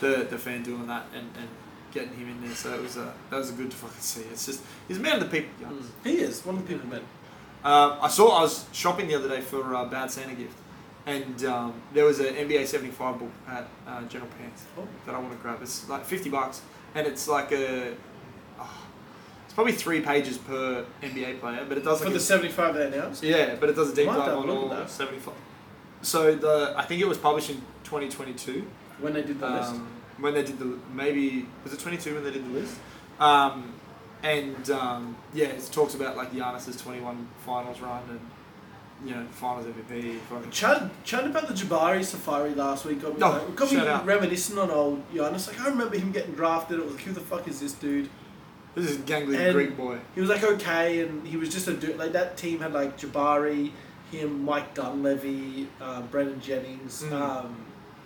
[SPEAKER 7] the the fan doing that and, and getting him in there. So it was uh, that was good to fucking see. It's just he's a man of the people. guys.
[SPEAKER 8] He is one of the people men.
[SPEAKER 7] Um, I saw I was shopping the other day for uh, Bad Santa gift, and um, there was an NBA '75 book at uh, General Pants
[SPEAKER 8] Oh.
[SPEAKER 7] that I want to grab. It's like 50 bucks, and it's like a oh, it's probably three pages per NBA player, but it does
[SPEAKER 8] For
[SPEAKER 7] like
[SPEAKER 8] the
[SPEAKER 7] a-
[SPEAKER 8] 75 they announced.
[SPEAKER 7] yeah, but it does a deep
[SPEAKER 8] Might
[SPEAKER 7] dive
[SPEAKER 8] have a
[SPEAKER 7] on
[SPEAKER 8] look at
[SPEAKER 7] all
[SPEAKER 8] that.
[SPEAKER 7] 75. So the I think it was published in 2022
[SPEAKER 8] When they did the list.
[SPEAKER 7] um, when they did the maybe was it 22 when they did the list um, and um, yeah it talks about like Giannis's 21 finals run and you know finals MVP fucking
[SPEAKER 8] Chatting, chatting about the Jabari Safari last week got me,
[SPEAKER 7] Oh,
[SPEAKER 8] like, got me
[SPEAKER 7] shout out.
[SPEAKER 8] reminiscing on old Giannis. Like I remember him getting drafted. It was like, who the fuck is this dude?
[SPEAKER 7] this is gangly
[SPEAKER 8] And-
[SPEAKER 7] Greek boy
[SPEAKER 8] He was like okay, and he was just a dude. Like that team had like Jabari, him, Mike Dunleavy, uh, Brendan Jennings,
[SPEAKER 7] Mm.
[SPEAKER 8] um,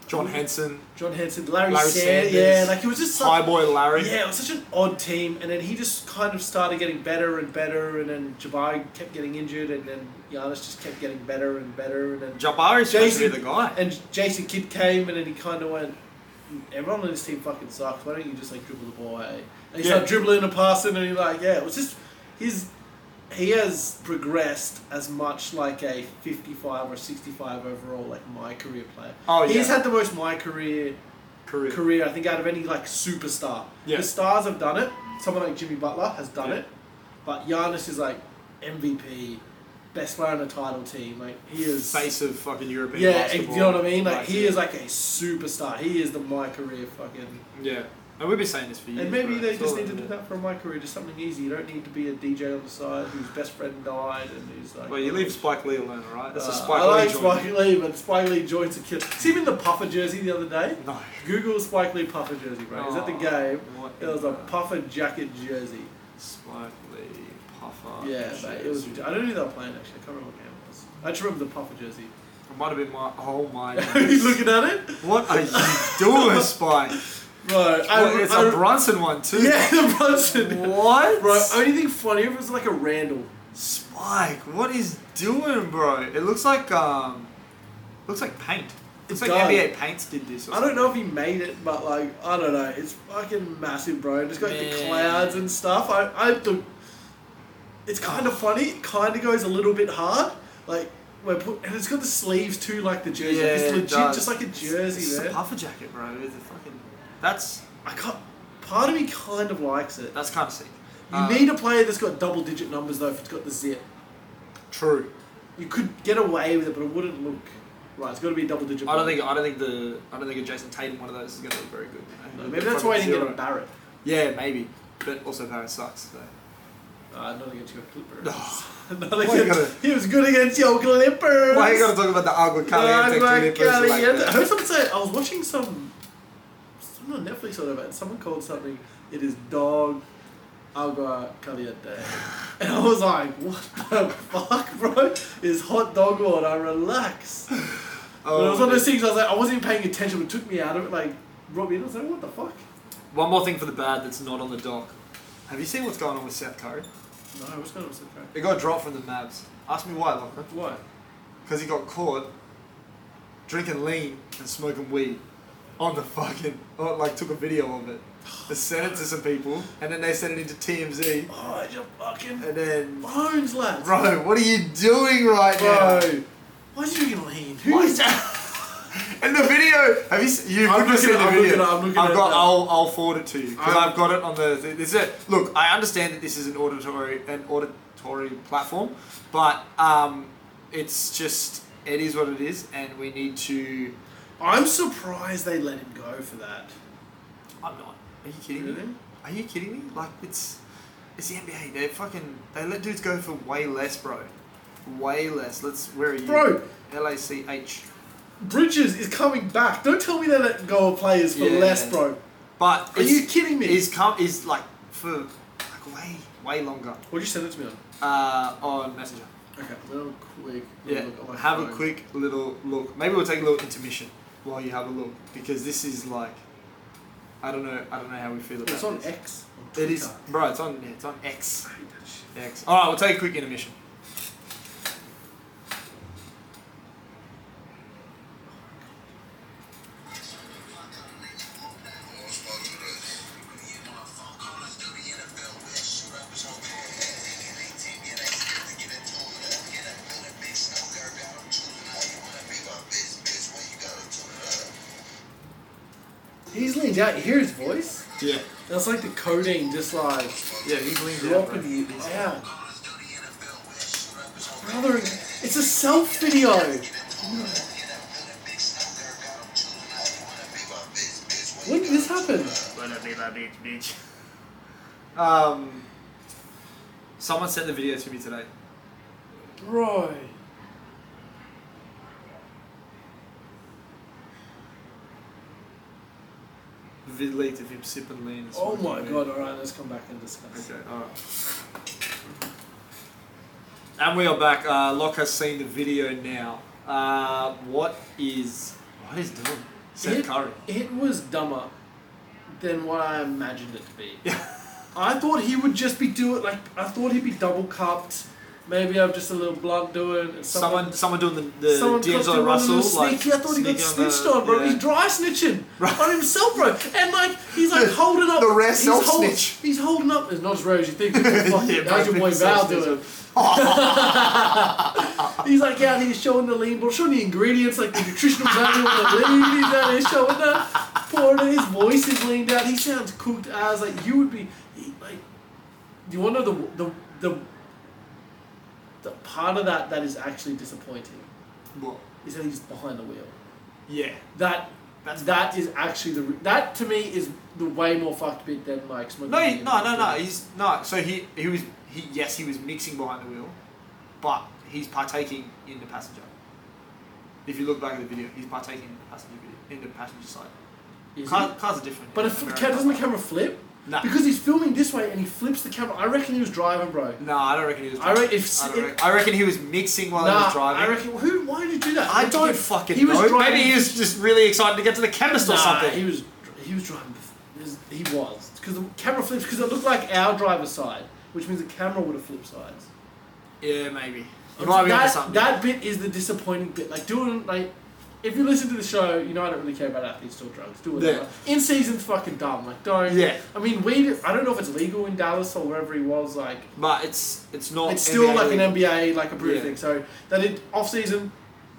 [SPEAKER 7] John Henson
[SPEAKER 8] John Henson, Larry,
[SPEAKER 7] Larry Sanders.
[SPEAKER 8] Sanders. Yeah, like he was just
[SPEAKER 7] high
[SPEAKER 8] like,
[SPEAKER 7] boy Larry
[SPEAKER 8] Yeah, it was such an odd team, and then he just kind of started getting better and better, and then Jabari kept getting injured, and then Giannis just kept getting better and better, and then
[SPEAKER 7] Jabari's supposed to be
[SPEAKER 8] Jason-
[SPEAKER 7] the guy
[SPEAKER 8] and Jason Kidd came, and then he kind of went, everyone on this team fucking sucks. Why don't you just like dribble the ball away? And he
[SPEAKER 7] Yeah.
[SPEAKER 8] started dribbling and passing, and he like, yeah, it was just his. He has progressed as much like a 55 or 65 overall, like my career player.
[SPEAKER 7] Oh,
[SPEAKER 8] He's
[SPEAKER 7] yeah.
[SPEAKER 8] had the most my career
[SPEAKER 7] career.
[SPEAKER 8] career, I think, out of any like superstar.
[SPEAKER 7] Yeah.
[SPEAKER 8] The stars have done it. Someone like Jimmy Butler has done
[SPEAKER 7] Yeah.
[SPEAKER 8] it, but Giannis is like MVP, best player on a title team. Like he is.
[SPEAKER 7] face of fucking European
[SPEAKER 8] yeah, and
[SPEAKER 7] basketball
[SPEAKER 8] you know what I mean. Like he
[SPEAKER 7] yeah.
[SPEAKER 8] is like a superstar. He is the my career fucking.
[SPEAKER 7] yeah and we've been saying this for years
[SPEAKER 8] And maybe
[SPEAKER 7] bro.
[SPEAKER 8] they
[SPEAKER 7] It's
[SPEAKER 8] just
[SPEAKER 7] all
[SPEAKER 8] need to
[SPEAKER 7] over
[SPEAKER 8] do
[SPEAKER 7] there.
[SPEAKER 8] that for my career, just something easy. You don't need to be a DJ on the side whose best friend died and who's like.
[SPEAKER 7] well you leave Spike Lee alone alright that's a
[SPEAKER 8] Uh,
[SPEAKER 7] Spike
[SPEAKER 8] I
[SPEAKER 7] Lee
[SPEAKER 8] like
[SPEAKER 7] joint.
[SPEAKER 8] Spike Lee, but Spike Lee joins a kid. See him in the puffer jersey the other day.
[SPEAKER 7] no
[SPEAKER 8] Google Spike Lee puffer jersey, bro. He's at the game.
[SPEAKER 7] Oh, What
[SPEAKER 8] It was
[SPEAKER 7] in
[SPEAKER 8] a
[SPEAKER 7] the-
[SPEAKER 8] puffer jacket jersey.
[SPEAKER 7] Spike Lee, Puffer.
[SPEAKER 8] Yeah, mate, it was.
[SPEAKER 7] jersey.
[SPEAKER 8] ridiculous. I don't know who they were playing actually. I can't remember what game it was. I just remember the puffer jersey.
[SPEAKER 7] It might have been my. Oh my.
[SPEAKER 8] Are you looking at it?
[SPEAKER 7] what are you doing, Spike?
[SPEAKER 8] Bro, I,
[SPEAKER 7] What, it's
[SPEAKER 8] I,
[SPEAKER 7] a Brunson one too.
[SPEAKER 8] yeah, the Brunson.
[SPEAKER 7] What?
[SPEAKER 8] Bro, only thing funny if it was like a Randall.
[SPEAKER 7] Spike, what is doing, bro? It looks like um, looks like paint. Looks
[SPEAKER 8] It
[SPEAKER 7] like
[SPEAKER 8] does.
[SPEAKER 7] NBA paints did this. Or
[SPEAKER 8] I don't know if he made it, but like I don't know. It's fucking massive, bro. It's got the
[SPEAKER 7] Man.
[SPEAKER 8] clouds and stuff. I, I the. It's kind of funny. It kind of goes a little bit hard. Like we're put, and it's got the sleeves too, like the jersey.
[SPEAKER 7] something.
[SPEAKER 8] Like,
[SPEAKER 7] Yeah,
[SPEAKER 8] it's
[SPEAKER 7] it
[SPEAKER 8] legit,
[SPEAKER 7] does.
[SPEAKER 8] just like a jersey,
[SPEAKER 7] It's, it's
[SPEAKER 8] man.
[SPEAKER 7] a puffer jacket, bro. It's a fucking. That's
[SPEAKER 8] I can't. Part of me kind of likes it. You
[SPEAKER 7] that's kind of sick. Uh,
[SPEAKER 8] need a player that's got double-digit numbers though. If it's got the zip,
[SPEAKER 7] true.
[SPEAKER 8] you could get away with it, but it wouldn't look right. It's got to be a double-digit.
[SPEAKER 7] I don't
[SPEAKER 8] player.
[SPEAKER 7] think I don't think the I don't think a Jason Tatum one of those is gonna look very good.
[SPEAKER 8] No, maybe that's why he didn't get a Barrett.
[SPEAKER 7] Yeah, maybe. But also Paris sucks. So.
[SPEAKER 8] Uh, I don't think it's your Clippers.
[SPEAKER 7] Oh.
[SPEAKER 8] Not
[SPEAKER 7] Why you
[SPEAKER 8] against-
[SPEAKER 7] gotta-
[SPEAKER 8] he was good against your Clippers.
[SPEAKER 7] Why are you gonna talk about the Agua Caliente
[SPEAKER 8] Agua
[SPEAKER 7] Clippers like
[SPEAKER 8] Caliente. I
[SPEAKER 7] that?
[SPEAKER 8] heard someone say I was watching some, some on Netflix or whatever, and someone called something. It is dog agua caliente, and I was like, "What the fuck, bro? Is hot dog water? Relax." But it
[SPEAKER 7] Oh.
[SPEAKER 8] was one of those things. I was like, I wasn't even paying attention. It took me out of it. Like, brought me in. I was like, "What the fuck?"
[SPEAKER 7] One more thing for the bad that's not on the dock. Have you seen what's going on with South Curry?
[SPEAKER 8] No, what's going on with that?
[SPEAKER 7] It got dropped from the Mavs. Ask me why, Lachlan.
[SPEAKER 8] Why?
[SPEAKER 7] Because he got caught drinking lean and smoking weed on the fucking. Or like took a video of it. They sent it to some people, and then they sent it into TMZ,
[SPEAKER 8] Oh, it's your fucking
[SPEAKER 7] and then.
[SPEAKER 8] bones, lads.
[SPEAKER 7] Bro, what are you doing right now?
[SPEAKER 8] Bro, why is he gonna lean? Who
[SPEAKER 7] Why
[SPEAKER 8] is
[SPEAKER 7] is that? In the video, have you? se- You
[SPEAKER 8] I'm
[SPEAKER 7] wouldn't have
[SPEAKER 8] looking
[SPEAKER 7] seen
[SPEAKER 8] at-
[SPEAKER 7] the
[SPEAKER 8] I'm
[SPEAKER 7] video.
[SPEAKER 8] looking at- I'm looking
[SPEAKER 7] have
[SPEAKER 8] at
[SPEAKER 7] got.
[SPEAKER 8] that.
[SPEAKER 7] I'll, I'll forward it to you because
[SPEAKER 8] I'm-
[SPEAKER 7] I've got it on the. th- This is it. Look, I understand that this is an auditory an auditory platform, but um, it's just it is what it is, and we need to.
[SPEAKER 8] I'm surprised they let him go for that.
[SPEAKER 7] I'm not. Are you kidding
[SPEAKER 8] Really?
[SPEAKER 7] me? Are you kidding me? Like it's it's the NBA. They fucking they let dudes go for way less, bro. Way less. Let's. Where are you,
[SPEAKER 8] Bro.
[SPEAKER 7] L A C H.
[SPEAKER 8] Bridges is coming back. Don't tell me they let go of players for
[SPEAKER 7] Yeah.
[SPEAKER 8] less, bro.
[SPEAKER 7] But
[SPEAKER 8] Are
[SPEAKER 7] it's-
[SPEAKER 8] you kidding me?
[SPEAKER 7] Is come is like for like way way longer
[SPEAKER 8] What'd you send it to me on?
[SPEAKER 7] uh, on Messenger.
[SPEAKER 8] Okay, little quick.
[SPEAKER 7] Yeah,
[SPEAKER 8] look at my
[SPEAKER 7] have a
[SPEAKER 8] phone.
[SPEAKER 7] quick little look. Maybe we'll take a little intermission while you have a look because this is like I don't know. I don't know how we feel about
[SPEAKER 8] It's on
[SPEAKER 7] this.
[SPEAKER 8] X. on
[SPEAKER 7] It is,
[SPEAKER 8] Twitter.
[SPEAKER 7] bro. It's on. Yeah, it's on X.
[SPEAKER 8] I hate that shit.
[SPEAKER 7] X. All right, we'll take a quick intermission.
[SPEAKER 8] He's leaned out. You hear his voice?
[SPEAKER 7] Yeah.
[SPEAKER 8] That's like the codeine just like
[SPEAKER 7] Yeah, he's leaned out.
[SPEAKER 8] dropping you out. Brother, it's a self video. When did this happen?
[SPEAKER 7] Bro. Um, someone sent the video to me today.
[SPEAKER 8] Bro.
[SPEAKER 7] Relate of him sipping lean. and
[SPEAKER 8] Oh
[SPEAKER 7] smoking
[SPEAKER 8] my
[SPEAKER 7] weed.
[SPEAKER 8] god, alright, let's come back and discuss.
[SPEAKER 7] Okay, alright. And we are back. Uh, Locke has seen the video now. Uh, what is what is doing? Seth
[SPEAKER 8] it,
[SPEAKER 7] Curry.
[SPEAKER 8] it was dumber than what I imagined it to be. I thought he would just be doing like I thought he'd be double cupped. Maybe I'm just a little blunt doing. and
[SPEAKER 7] Someone, someone doing the, the
[SPEAKER 8] Someone cooked
[SPEAKER 7] D'Angelo
[SPEAKER 8] him one
[SPEAKER 7] Russell.
[SPEAKER 8] little
[SPEAKER 7] like,
[SPEAKER 8] sneaky. I thought he got
[SPEAKER 7] sneaking the-
[SPEAKER 8] snitched on, bro.
[SPEAKER 7] yeah.
[SPEAKER 8] He's dry snitching
[SPEAKER 7] Right.
[SPEAKER 8] on himself, bro. And like he's like holding up
[SPEAKER 1] the rare
[SPEAKER 8] he's
[SPEAKER 1] self
[SPEAKER 8] hold-
[SPEAKER 1] snitch.
[SPEAKER 8] He's holding up. It's not as rare as you think. Fuck it, How's your boy Val doing? He's like out here showing the lean, but showing the ingredients, like the nutritional value of the lean. He's out here showing that, pouring it. His voice is leaned out. He sounds cooked as like you would be. He, like, you want to know the the the the part of that that is actually disappointing
[SPEAKER 7] What?
[SPEAKER 8] is that he's behind the wheel.
[SPEAKER 7] Yeah.
[SPEAKER 8] That
[SPEAKER 7] That's
[SPEAKER 8] that is actually the re- that to me is the way more fucked bit than like smoking.
[SPEAKER 7] No, he,
[SPEAKER 8] weed.
[SPEAKER 7] no, no, no. He's no. So he he was he yes he was mixing behind the wheel, but he's partaking in the passenger. If you look back at the video, he's partaking in the passenger video, in the passenger side.
[SPEAKER 8] Is
[SPEAKER 7] Car,
[SPEAKER 8] it?
[SPEAKER 7] cars are different.
[SPEAKER 8] But
[SPEAKER 7] in
[SPEAKER 8] if the
[SPEAKER 7] America.
[SPEAKER 8] ca- doesn't the camera flip?
[SPEAKER 7] Nah.
[SPEAKER 8] Because he's filming this way and he flips the camera. I reckon he was driving, bro.
[SPEAKER 7] No, I don't reckon he was.
[SPEAKER 8] I
[SPEAKER 7] Driving.
[SPEAKER 8] re- if-
[SPEAKER 7] I, don't
[SPEAKER 8] if-
[SPEAKER 7] reckon, I reckon he was mixing while he
[SPEAKER 8] nah,
[SPEAKER 7] was driving.
[SPEAKER 8] I reckon. Who? Why did he do that?
[SPEAKER 7] I
[SPEAKER 8] He
[SPEAKER 7] don't
[SPEAKER 8] was-
[SPEAKER 7] fucking
[SPEAKER 8] he was
[SPEAKER 7] know.
[SPEAKER 8] driving-
[SPEAKER 7] Maybe he was just really excited to get to the chemist
[SPEAKER 8] nah,
[SPEAKER 7] or something.
[SPEAKER 8] He was. dr- He was driving. bef- He was- He was because the camera flips because it looked like our driver's side, which means the camera would have flipped sides.
[SPEAKER 7] yeah, maybe. You
[SPEAKER 8] That-
[SPEAKER 7] might be onto something.
[SPEAKER 8] That bit is the disappointing bit. Like doing like, if you listen to the show, you know I don't really care about athletes or drugs. Do whatever. In season's fucking dumb. Like don't.
[SPEAKER 7] Yeah.
[SPEAKER 8] I mean, weed. I don't know if it's legal in Dallas or wherever he was. Like,
[SPEAKER 7] but it's it's not.
[SPEAKER 8] it's still
[SPEAKER 7] NBA
[SPEAKER 8] like an
[SPEAKER 7] league.
[SPEAKER 8] NBA like approved
[SPEAKER 7] Yeah.
[SPEAKER 8] thing. So that it off season,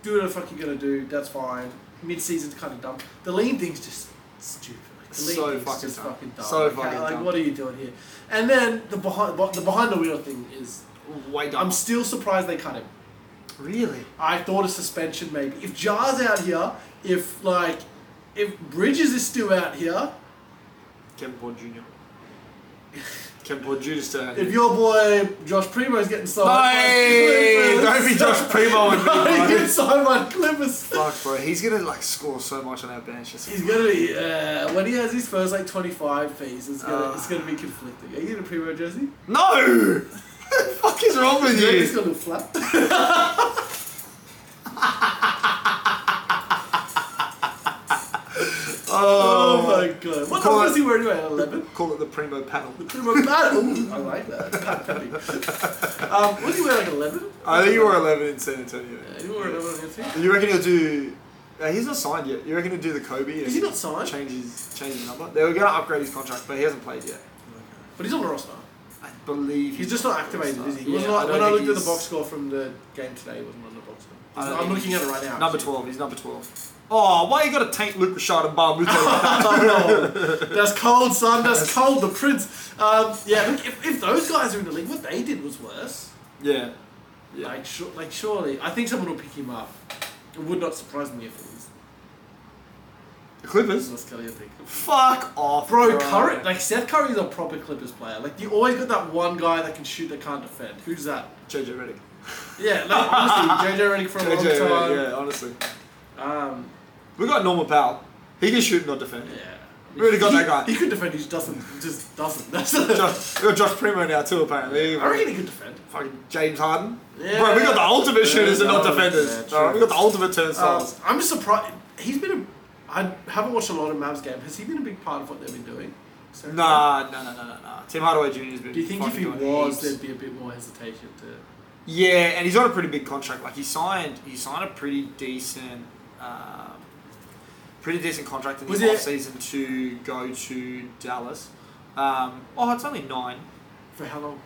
[SPEAKER 8] do what the fuck you're gonna do. That's fine. Mid season's kind of dumb. The lean thing's just stupid. Like, the lean
[SPEAKER 7] So
[SPEAKER 8] thing's
[SPEAKER 7] fucking
[SPEAKER 8] just
[SPEAKER 7] dumb.
[SPEAKER 8] fucking dumb.
[SPEAKER 7] So
[SPEAKER 8] Like,
[SPEAKER 7] fucking
[SPEAKER 8] how- like,
[SPEAKER 7] dumb.
[SPEAKER 8] what are you doing here? And then the behind the behind the wheel thing is.
[SPEAKER 7] Way down.
[SPEAKER 8] I'm still surprised they cut him.
[SPEAKER 7] really.
[SPEAKER 8] I thought a suspension maybe. If Jar's out here, if like, if Bridges is still out here,
[SPEAKER 7] Kevin Porter Jr. Kevin Porter Jr. is turning.
[SPEAKER 8] if your boy Josh Primo is getting signed,
[SPEAKER 7] Hey, don't be Josh Primo and me, bro.
[SPEAKER 8] Get signed by Clippers.
[SPEAKER 7] Fuck, bro. He's gonna like score so much on our bench. It's
[SPEAKER 8] He's gonna be uh, when he has his first like twenty five fees. It's gonna it's gonna
[SPEAKER 7] Ah.
[SPEAKER 8] be conflicting. Are you in a Primo jersey?
[SPEAKER 7] no. fuck is wrong with
[SPEAKER 8] Yeah, he's
[SPEAKER 7] you?
[SPEAKER 8] got a little flap. oh my god! What
[SPEAKER 7] Come
[SPEAKER 8] number
[SPEAKER 7] on.
[SPEAKER 8] is he wearing anyway? Eleven.
[SPEAKER 7] Call it the Primo paddle.
[SPEAKER 8] Primo Pat. Ooh, I like that. Pat Penny. um, what do you wear like eleven?
[SPEAKER 7] I think you were 11 in San Antonio.
[SPEAKER 8] You wear eleven on your team?
[SPEAKER 7] You reckon he'll do? Uh, he's not signed yet. You reckon he'll do the Kobe?
[SPEAKER 8] Is he not signed?
[SPEAKER 7] Change his change his number. They were gonna upgrade his contract, but he hasn't played yet.
[SPEAKER 8] But he's on the roster.
[SPEAKER 7] I believe
[SPEAKER 8] He's just not activated, is he? He
[SPEAKER 7] Yeah,
[SPEAKER 8] wasn't like-
[SPEAKER 7] don't
[SPEAKER 8] when I
[SPEAKER 7] think
[SPEAKER 8] looked at the
[SPEAKER 7] he's-
[SPEAKER 8] box score from the game today, he wasn't on the box score.
[SPEAKER 7] I don't
[SPEAKER 8] I'm
[SPEAKER 7] think
[SPEAKER 8] looking
[SPEAKER 7] he's-
[SPEAKER 8] at it right now.
[SPEAKER 7] Number
[SPEAKER 8] actually.
[SPEAKER 7] 12. He's number 12. Oh, why you gotta taint Luke Rashad and Bar Muto like that?
[SPEAKER 8] That's cold, son. That's cold. The prince. Um, yeah, look, if, if those guys are in the league, what they did was worse.
[SPEAKER 7] Yeah. Yeah.
[SPEAKER 8] Like, su- like surely, I think someone will pick him up. It would not surprise me if it was
[SPEAKER 7] The Clippers?
[SPEAKER 8] Los Kelly. I think.
[SPEAKER 7] Fuck off.
[SPEAKER 8] Bro, Curry, like Seth Curry is a proper Clippers player. Like you always got that one guy that can shoot that can't defend. Who's that?
[SPEAKER 7] JJ Redick.
[SPEAKER 8] Yeah, like honestly, JJ Redick for a
[SPEAKER 7] JJ
[SPEAKER 8] long
[SPEAKER 7] Redick,
[SPEAKER 8] time.
[SPEAKER 7] yeah, honestly.
[SPEAKER 8] Um,
[SPEAKER 7] We got Norman Powell. He can shoot, not defend.
[SPEAKER 8] yeah.
[SPEAKER 7] We already got
[SPEAKER 8] he,
[SPEAKER 7] that guy.
[SPEAKER 8] He could defend. He just doesn't. Just doesn't. That's.
[SPEAKER 7] Josh, we got Josh Primo now too, apparently.
[SPEAKER 8] I reckon he could defend.
[SPEAKER 7] Fucking James Harden.
[SPEAKER 8] Yeah.
[SPEAKER 7] Bro, we got the ultimate
[SPEAKER 8] Yeah,
[SPEAKER 7] shooters and not
[SPEAKER 8] no,
[SPEAKER 7] defenders.
[SPEAKER 8] yeah,
[SPEAKER 7] Alright, we
[SPEAKER 8] true.
[SPEAKER 7] got the ultimate
[SPEAKER 8] Um,
[SPEAKER 7] turnstiles.
[SPEAKER 8] I'm just surprised. He's been a I haven't watched a lot of Mavs game. Has he been a big part of what they've been doing? So
[SPEAKER 7] Nah, no, no, no, no, no. Tim Hardaway Jr. has been.
[SPEAKER 8] Oh. Do you think if
[SPEAKER 7] fucking
[SPEAKER 8] he
[SPEAKER 7] doing
[SPEAKER 8] was,
[SPEAKER 7] heaps.
[SPEAKER 8] there'd be a bit more hesitation to?
[SPEAKER 7] Yeah, and he's on a pretty big contract. Like he signed, he signed a pretty decent, um, pretty decent contract in
[SPEAKER 8] Was
[SPEAKER 7] the
[SPEAKER 8] it-
[SPEAKER 7] off season to go to Dallas. Um, oh, it's only nine.
[SPEAKER 8] For how long?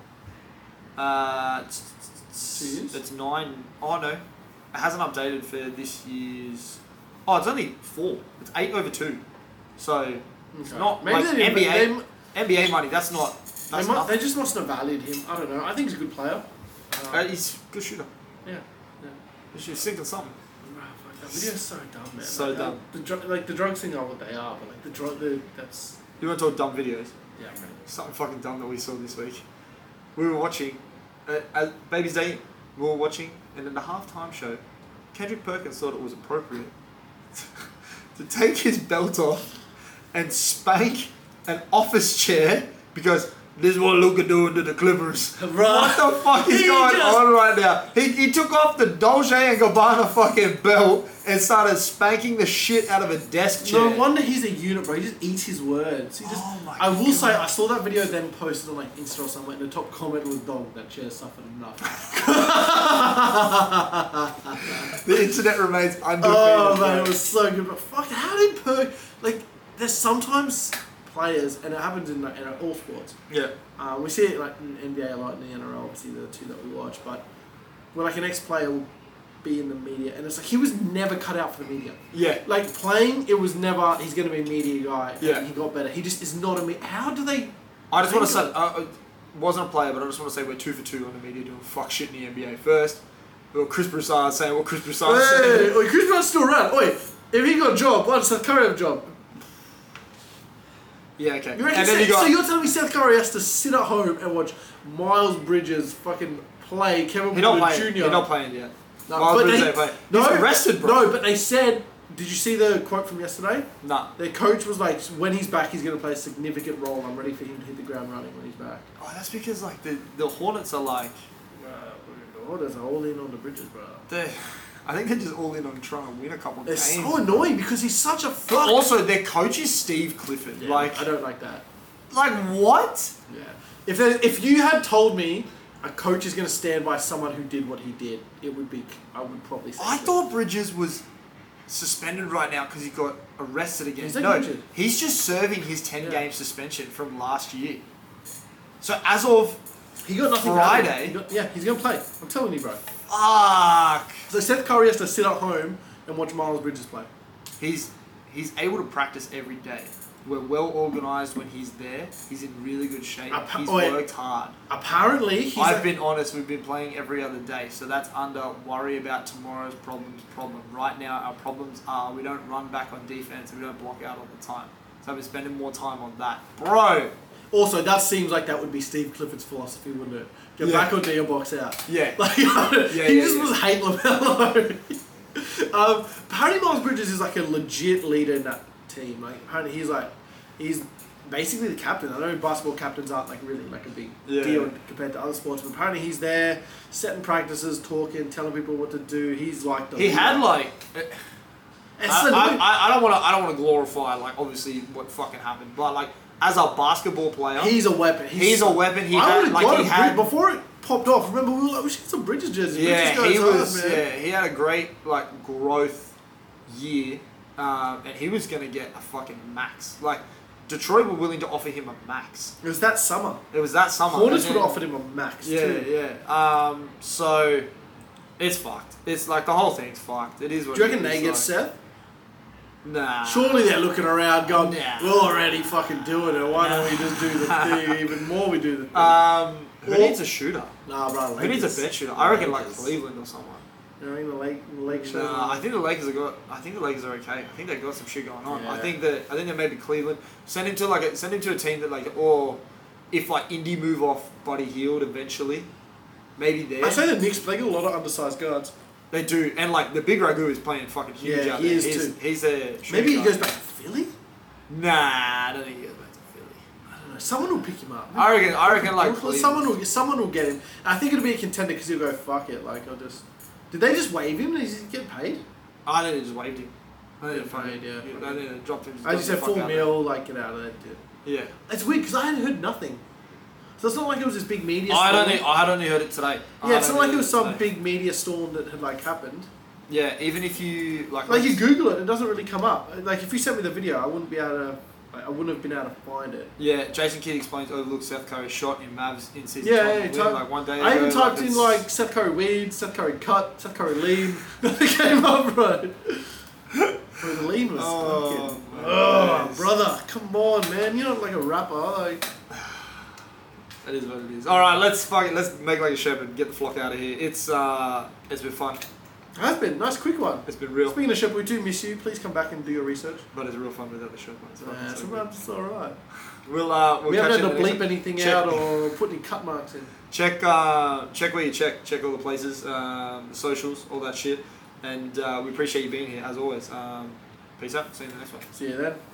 [SPEAKER 7] Uh, it's, it's,
[SPEAKER 8] Two years?
[SPEAKER 7] it's nine. Oh no, it hasn't updated for this year's. Oh, it's only four. It's eight over two. So it's
[SPEAKER 8] Okay.
[SPEAKER 7] not
[SPEAKER 8] Maybe
[SPEAKER 7] like
[SPEAKER 8] they didn't- they
[SPEAKER 7] NBA
[SPEAKER 8] m-
[SPEAKER 7] NBA money. That's not.
[SPEAKER 8] They,
[SPEAKER 7] That's
[SPEAKER 8] might, they
[SPEAKER 7] nothing.
[SPEAKER 8] just must have valued him. I don't know. I think he's a good player. Um,
[SPEAKER 7] Uh, he's a good shooter.
[SPEAKER 8] yeah. yeah.
[SPEAKER 7] Good shooter. Sick of something.
[SPEAKER 8] Wow, ah, fuck, that video's so dumb, man.
[SPEAKER 7] So
[SPEAKER 8] like, uh,
[SPEAKER 7] dumb.
[SPEAKER 8] the dr- like the drugs thing are what they are, but like the drug, the that's
[SPEAKER 7] You want to talk dumb videos?
[SPEAKER 8] yeah, man.
[SPEAKER 7] Something fucking dumb that we saw this week. We were watching, uh, as Baby's Day, we were watching, and in the halftime show, Kendrick Perkins thought it was appropriate to take his belt off and spank an office chair because this is what Luca doing to the Clippers.
[SPEAKER 8] Right.
[SPEAKER 7] What the fuck is
[SPEAKER 8] He
[SPEAKER 7] going
[SPEAKER 8] just-
[SPEAKER 7] on right now? He, he took off the Dolce and Gabbana fucking belt and started spanking the shit out of a desk chair.
[SPEAKER 8] No wonder he's a unit, bro. He just eats his words. He just.
[SPEAKER 7] Oh my
[SPEAKER 8] I will say, I saw that video then posted on like Insta or somewhere, and the top comment was, "Dog, that chair suffered enough."
[SPEAKER 7] the internet remains undefeated.
[SPEAKER 8] oh man,
[SPEAKER 7] bro.
[SPEAKER 8] it was so good. But fuck, how did Perk like? There's sometimes players, and it happens in like, in all sports.
[SPEAKER 7] Yeah.
[SPEAKER 8] Uh, we see it like in NBA a lot, in the NRL, obviously the two that we watch. But when like an ex-player will be in the media, and it's like he was never cut out for the media.
[SPEAKER 7] Yeah.
[SPEAKER 8] Like playing, it was never he's going to be a media guy. and
[SPEAKER 7] Yeah.
[SPEAKER 8] he got better. He just is not a media. How do they?
[SPEAKER 7] I just want to say,
[SPEAKER 8] think
[SPEAKER 7] uh, uh, wasn't a player, but I just want to say we're two for two on the media doing fuck shit in the NBA first. We got Chris Broussard saying what Chris Broussard
[SPEAKER 8] Hey,
[SPEAKER 7] said.
[SPEAKER 8] oi, Chris Brown's still around. Oi, if he got a job, why does Seth Curry have a job?
[SPEAKER 7] Yeah, okay.
[SPEAKER 8] You reckon
[SPEAKER 7] and then you
[SPEAKER 8] Seth- so
[SPEAKER 7] got,
[SPEAKER 8] you're telling me Seth Curry has to sit at home and watch Miles Bridges fucking play Kevin
[SPEAKER 7] he not
[SPEAKER 8] Porter
[SPEAKER 7] playing.
[SPEAKER 8] Jr.
[SPEAKER 7] He not playing yet.
[SPEAKER 8] No,
[SPEAKER 7] Miles
[SPEAKER 8] but
[SPEAKER 7] Bridges
[SPEAKER 8] they-
[SPEAKER 7] ain't playing.
[SPEAKER 8] no,
[SPEAKER 7] He's arrested, bro.
[SPEAKER 8] No, but they said. Did you see the quote from yesterday?
[SPEAKER 7] nah.
[SPEAKER 8] Their coach was like, "When he's back, he's going to play a significant role. I'm ready for him to hit the ground running when he's back."
[SPEAKER 7] Oh, that's because like the the Hornets are like
[SPEAKER 8] Uh, orders are all in on the Bridges, bro.
[SPEAKER 7] they. I think they're just all in on trying to win a couple
[SPEAKER 8] It's
[SPEAKER 7] games.
[SPEAKER 8] so annoying because he's such a
[SPEAKER 7] but
[SPEAKER 8] fuck.
[SPEAKER 7] also, their coach is Steve Clifford.
[SPEAKER 8] Yeah,
[SPEAKER 7] like,
[SPEAKER 8] I don't like that.
[SPEAKER 7] like what?
[SPEAKER 8] Yeah. If there, if you had told me a coach is going to stand by someone who did what he did, it would be. I would probably. Say
[SPEAKER 7] I
[SPEAKER 8] so.
[SPEAKER 7] thought Bridges was suspended right now because he got arrested again.
[SPEAKER 8] He's not
[SPEAKER 7] no,
[SPEAKER 8] injured.
[SPEAKER 7] he's just serving his 10
[SPEAKER 8] Yeah.
[SPEAKER 7] game suspension from last year. So as of
[SPEAKER 8] he got nothing.
[SPEAKER 7] Friday-
[SPEAKER 8] out of it. He got- yeah, he's going to play. I'm telling you, bro.
[SPEAKER 7] fuck,
[SPEAKER 8] So Seth Curry has to sit at home and watch Miles Bridges play.
[SPEAKER 7] he's he's able to practice every day. We're well organized when he's there. He's in really good shape.
[SPEAKER 8] Appa-
[SPEAKER 7] He's
[SPEAKER 8] oi.
[SPEAKER 7] worked hard.
[SPEAKER 8] Apparently, he's.
[SPEAKER 7] I've
[SPEAKER 8] a-
[SPEAKER 7] been honest. We've been playing every other day, so that's under worry about tomorrow's problems. Problem right now, our problems are we don't run back on defense and we don't block out all the time. So I've been spending more time on that, bro.
[SPEAKER 8] Also, that seems like that would be Steve Clifford's philosophy, wouldn't it? Get
[SPEAKER 7] Yeah.
[SPEAKER 8] back or do your box out.
[SPEAKER 7] Yeah.
[SPEAKER 8] Like,
[SPEAKER 7] yeah,
[SPEAKER 8] he just
[SPEAKER 7] yeah.
[SPEAKER 8] was hate LaMelo. um, apparently, Miles Bridges is like a legit leader in that team. Like, apparently, he's like, he's basically the captain. I know basketball captains aren't like really like a big
[SPEAKER 7] Yeah.
[SPEAKER 8] deal compared to other sports, but apparently, he's there setting practices, talking, telling people what to do. He's like the
[SPEAKER 7] He had
[SPEAKER 8] leader.
[SPEAKER 7] like
[SPEAKER 8] It's
[SPEAKER 7] I, I,
[SPEAKER 8] annoying.
[SPEAKER 7] I- I don't want to I don't want to glorify like obviously what fucking happened, but like as a basketball player,
[SPEAKER 8] He's a weapon. He's,
[SPEAKER 7] He's a weapon. He
[SPEAKER 8] I
[SPEAKER 7] had-
[SPEAKER 8] would've
[SPEAKER 7] like,
[SPEAKER 8] got
[SPEAKER 7] he
[SPEAKER 8] it
[SPEAKER 7] had-
[SPEAKER 8] before it popped off. Remember, we were like, we should get some Bridges jerseys.
[SPEAKER 7] yeah,
[SPEAKER 8] Bridges
[SPEAKER 7] he
[SPEAKER 8] goes hard,
[SPEAKER 7] was
[SPEAKER 8] man.
[SPEAKER 7] yeah he had a great like growth year, um, and he was gonna get a fucking max. Like Detroit were willing to offer him a max.
[SPEAKER 8] It was that summer.
[SPEAKER 7] It was that summer.
[SPEAKER 8] Hornets
[SPEAKER 7] and
[SPEAKER 8] would have
[SPEAKER 7] then-
[SPEAKER 8] offered him a max
[SPEAKER 7] Yeah,
[SPEAKER 8] too.
[SPEAKER 7] yeah. Um, so it's fucked. It's like the whole thing's fucked. It is what.
[SPEAKER 8] Do you reckon
[SPEAKER 7] it is,
[SPEAKER 8] they get
[SPEAKER 7] like,
[SPEAKER 8] Seth?
[SPEAKER 7] Nah.
[SPEAKER 8] Surely they're looking around going,
[SPEAKER 7] Nah.
[SPEAKER 8] we're already fucking doing it. Why don't we just do the thing? Even more we do the thing.
[SPEAKER 7] Um, who
[SPEAKER 8] Or-
[SPEAKER 7] needs a shooter?
[SPEAKER 8] nah, bro.
[SPEAKER 7] Who needs a bet shooter? I reckon like Cleveland or someone.
[SPEAKER 8] You know what I mean? The Lake, the Lake Show.
[SPEAKER 7] Nah, I think the Lakers have got. I think the Lakers are okay. I think they've got some shit going on. I
[SPEAKER 8] Yeah.
[SPEAKER 7] think that. I think that maybe Cleveland send him to like a, send him to a team that like or if like Indy move off Buddy Healed eventually, maybe there
[SPEAKER 8] I say the Knicks, but they got a lot of undersized guards.
[SPEAKER 7] they do. And like the big Ragu is playing fucking huge
[SPEAKER 8] Yeah,
[SPEAKER 7] out
[SPEAKER 8] he
[SPEAKER 7] there.
[SPEAKER 8] is
[SPEAKER 7] he's,
[SPEAKER 8] too.
[SPEAKER 7] He's a
[SPEAKER 8] Maybe he goes back to Philly?
[SPEAKER 7] Nah, I don't think he goes back to Philly.
[SPEAKER 8] I don't know. Someone will pick him up.
[SPEAKER 7] I reckon. I reckon like
[SPEAKER 8] Well,
[SPEAKER 7] Cleveland.
[SPEAKER 8] someone will someone will get him. I think it'll be a contender because he'll go fuck it. Like I'll just. Did they just waive him? Did he get paid?
[SPEAKER 7] I think they just waived him. I need a
[SPEAKER 8] Fade,
[SPEAKER 7] fucking
[SPEAKER 8] yeah.
[SPEAKER 7] I need to drop him.
[SPEAKER 8] I just
[SPEAKER 7] drop
[SPEAKER 8] said
[SPEAKER 7] the
[SPEAKER 8] full
[SPEAKER 7] fuck out.
[SPEAKER 8] meal, like get out of there. Dude.
[SPEAKER 7] Yeah.
[SPEAKER 8] It's weird because I hadn't heard nothing. So it's not like it was this big media.
[SPEAKER 7] I
[SPEAKER 8] storm.
[SPEAKER 7] don't. think- I had only heard it today. I
[SPEAKER 8] Yeah,
[SPEAKER 7] had
[SPEAKER 8] it's not
[SPEAKER 7] only
[SPEAKER 8] like it
[SPEAKER 7] heard
[SPEAKER 8] was some
[SPEAKER 7] today.
[SPEAKER 8] big media storm that had like happened.
[SPEAKER 7] Yeah, even if you like,
[SPEAKER 8] Like you Google it, it doesn't really come up. Like if you sent me the video, I wouldn't be able to. Like, I wouldn't have been able to find it.
[SPEAKER 7] Yeah, Jason Kidd explains overlooked South Korea shot in Mavs in season.
[SPEAKER 8] Yeah,
[SPEAKER 7] 12.
[SPEAKER 8] yeah,
[SPEAKER 7] We
[SPEAKER 8] type-
[SPEAKER 7] had, like one day.
[SPEAKER 8] I even
[SPEAKER 7] ago,
[SPEAKER 8] typed in
[SPEAKER 7] it's-
[SPEAKER 8] like Seth Curry weed, Seth Curry cut, Seth Curry lean. Nothing came up, bro. Bro, the lean was
[SPEAKER 7] Oh,
[SPEAKER 8] fucking.
[SPEAKER 7] my
[SPEAKER 8] Oh,
[SPEAKER 7] days.
[SPEAKER 8] brother, come on, man. You're not like a rapper. Like,
[SPEAKER 7] That is what it is. All right, let's fucking let's make like a Sherman. Get the flock out of here. It's uh, it's been fun.
[SPEAKER 8] has been nice, quick one.
[SPEAKER 7] It's been real,
[SPEAKER 8] Speaking of shit, we do miss you. Please come back and do your research.
[SPEAKER 7] but it's real fun without the Sherman. It's fucking
[SPEAKER 8] That's
[SPEAKER 7] so
[SPEAKER 8] about it's all right.
[SPEAKER 7] good. We'll uh, we'll
[SPEAKER 8] we
[SPEAKER 7] catch
[SPEAKER 8] haven't
[SPEAKER 7] you
[SPEAKER 8] had
[SPEAKER 7] in the
[SPEAKER 8] to bleep
[SPEAKER 7] next-
[SPEAKER 8] anything
[SPEAKER 7] check-
[SPEAKER 8] out or put any cut marks in.
[SPEAKER 7] Check uh, check where you check. Check all the places, um, the socials, all that shit. And uh, we appreciate you being here as always. Um, peace out. See you in the next one.
[SPEAKER 8] See you then.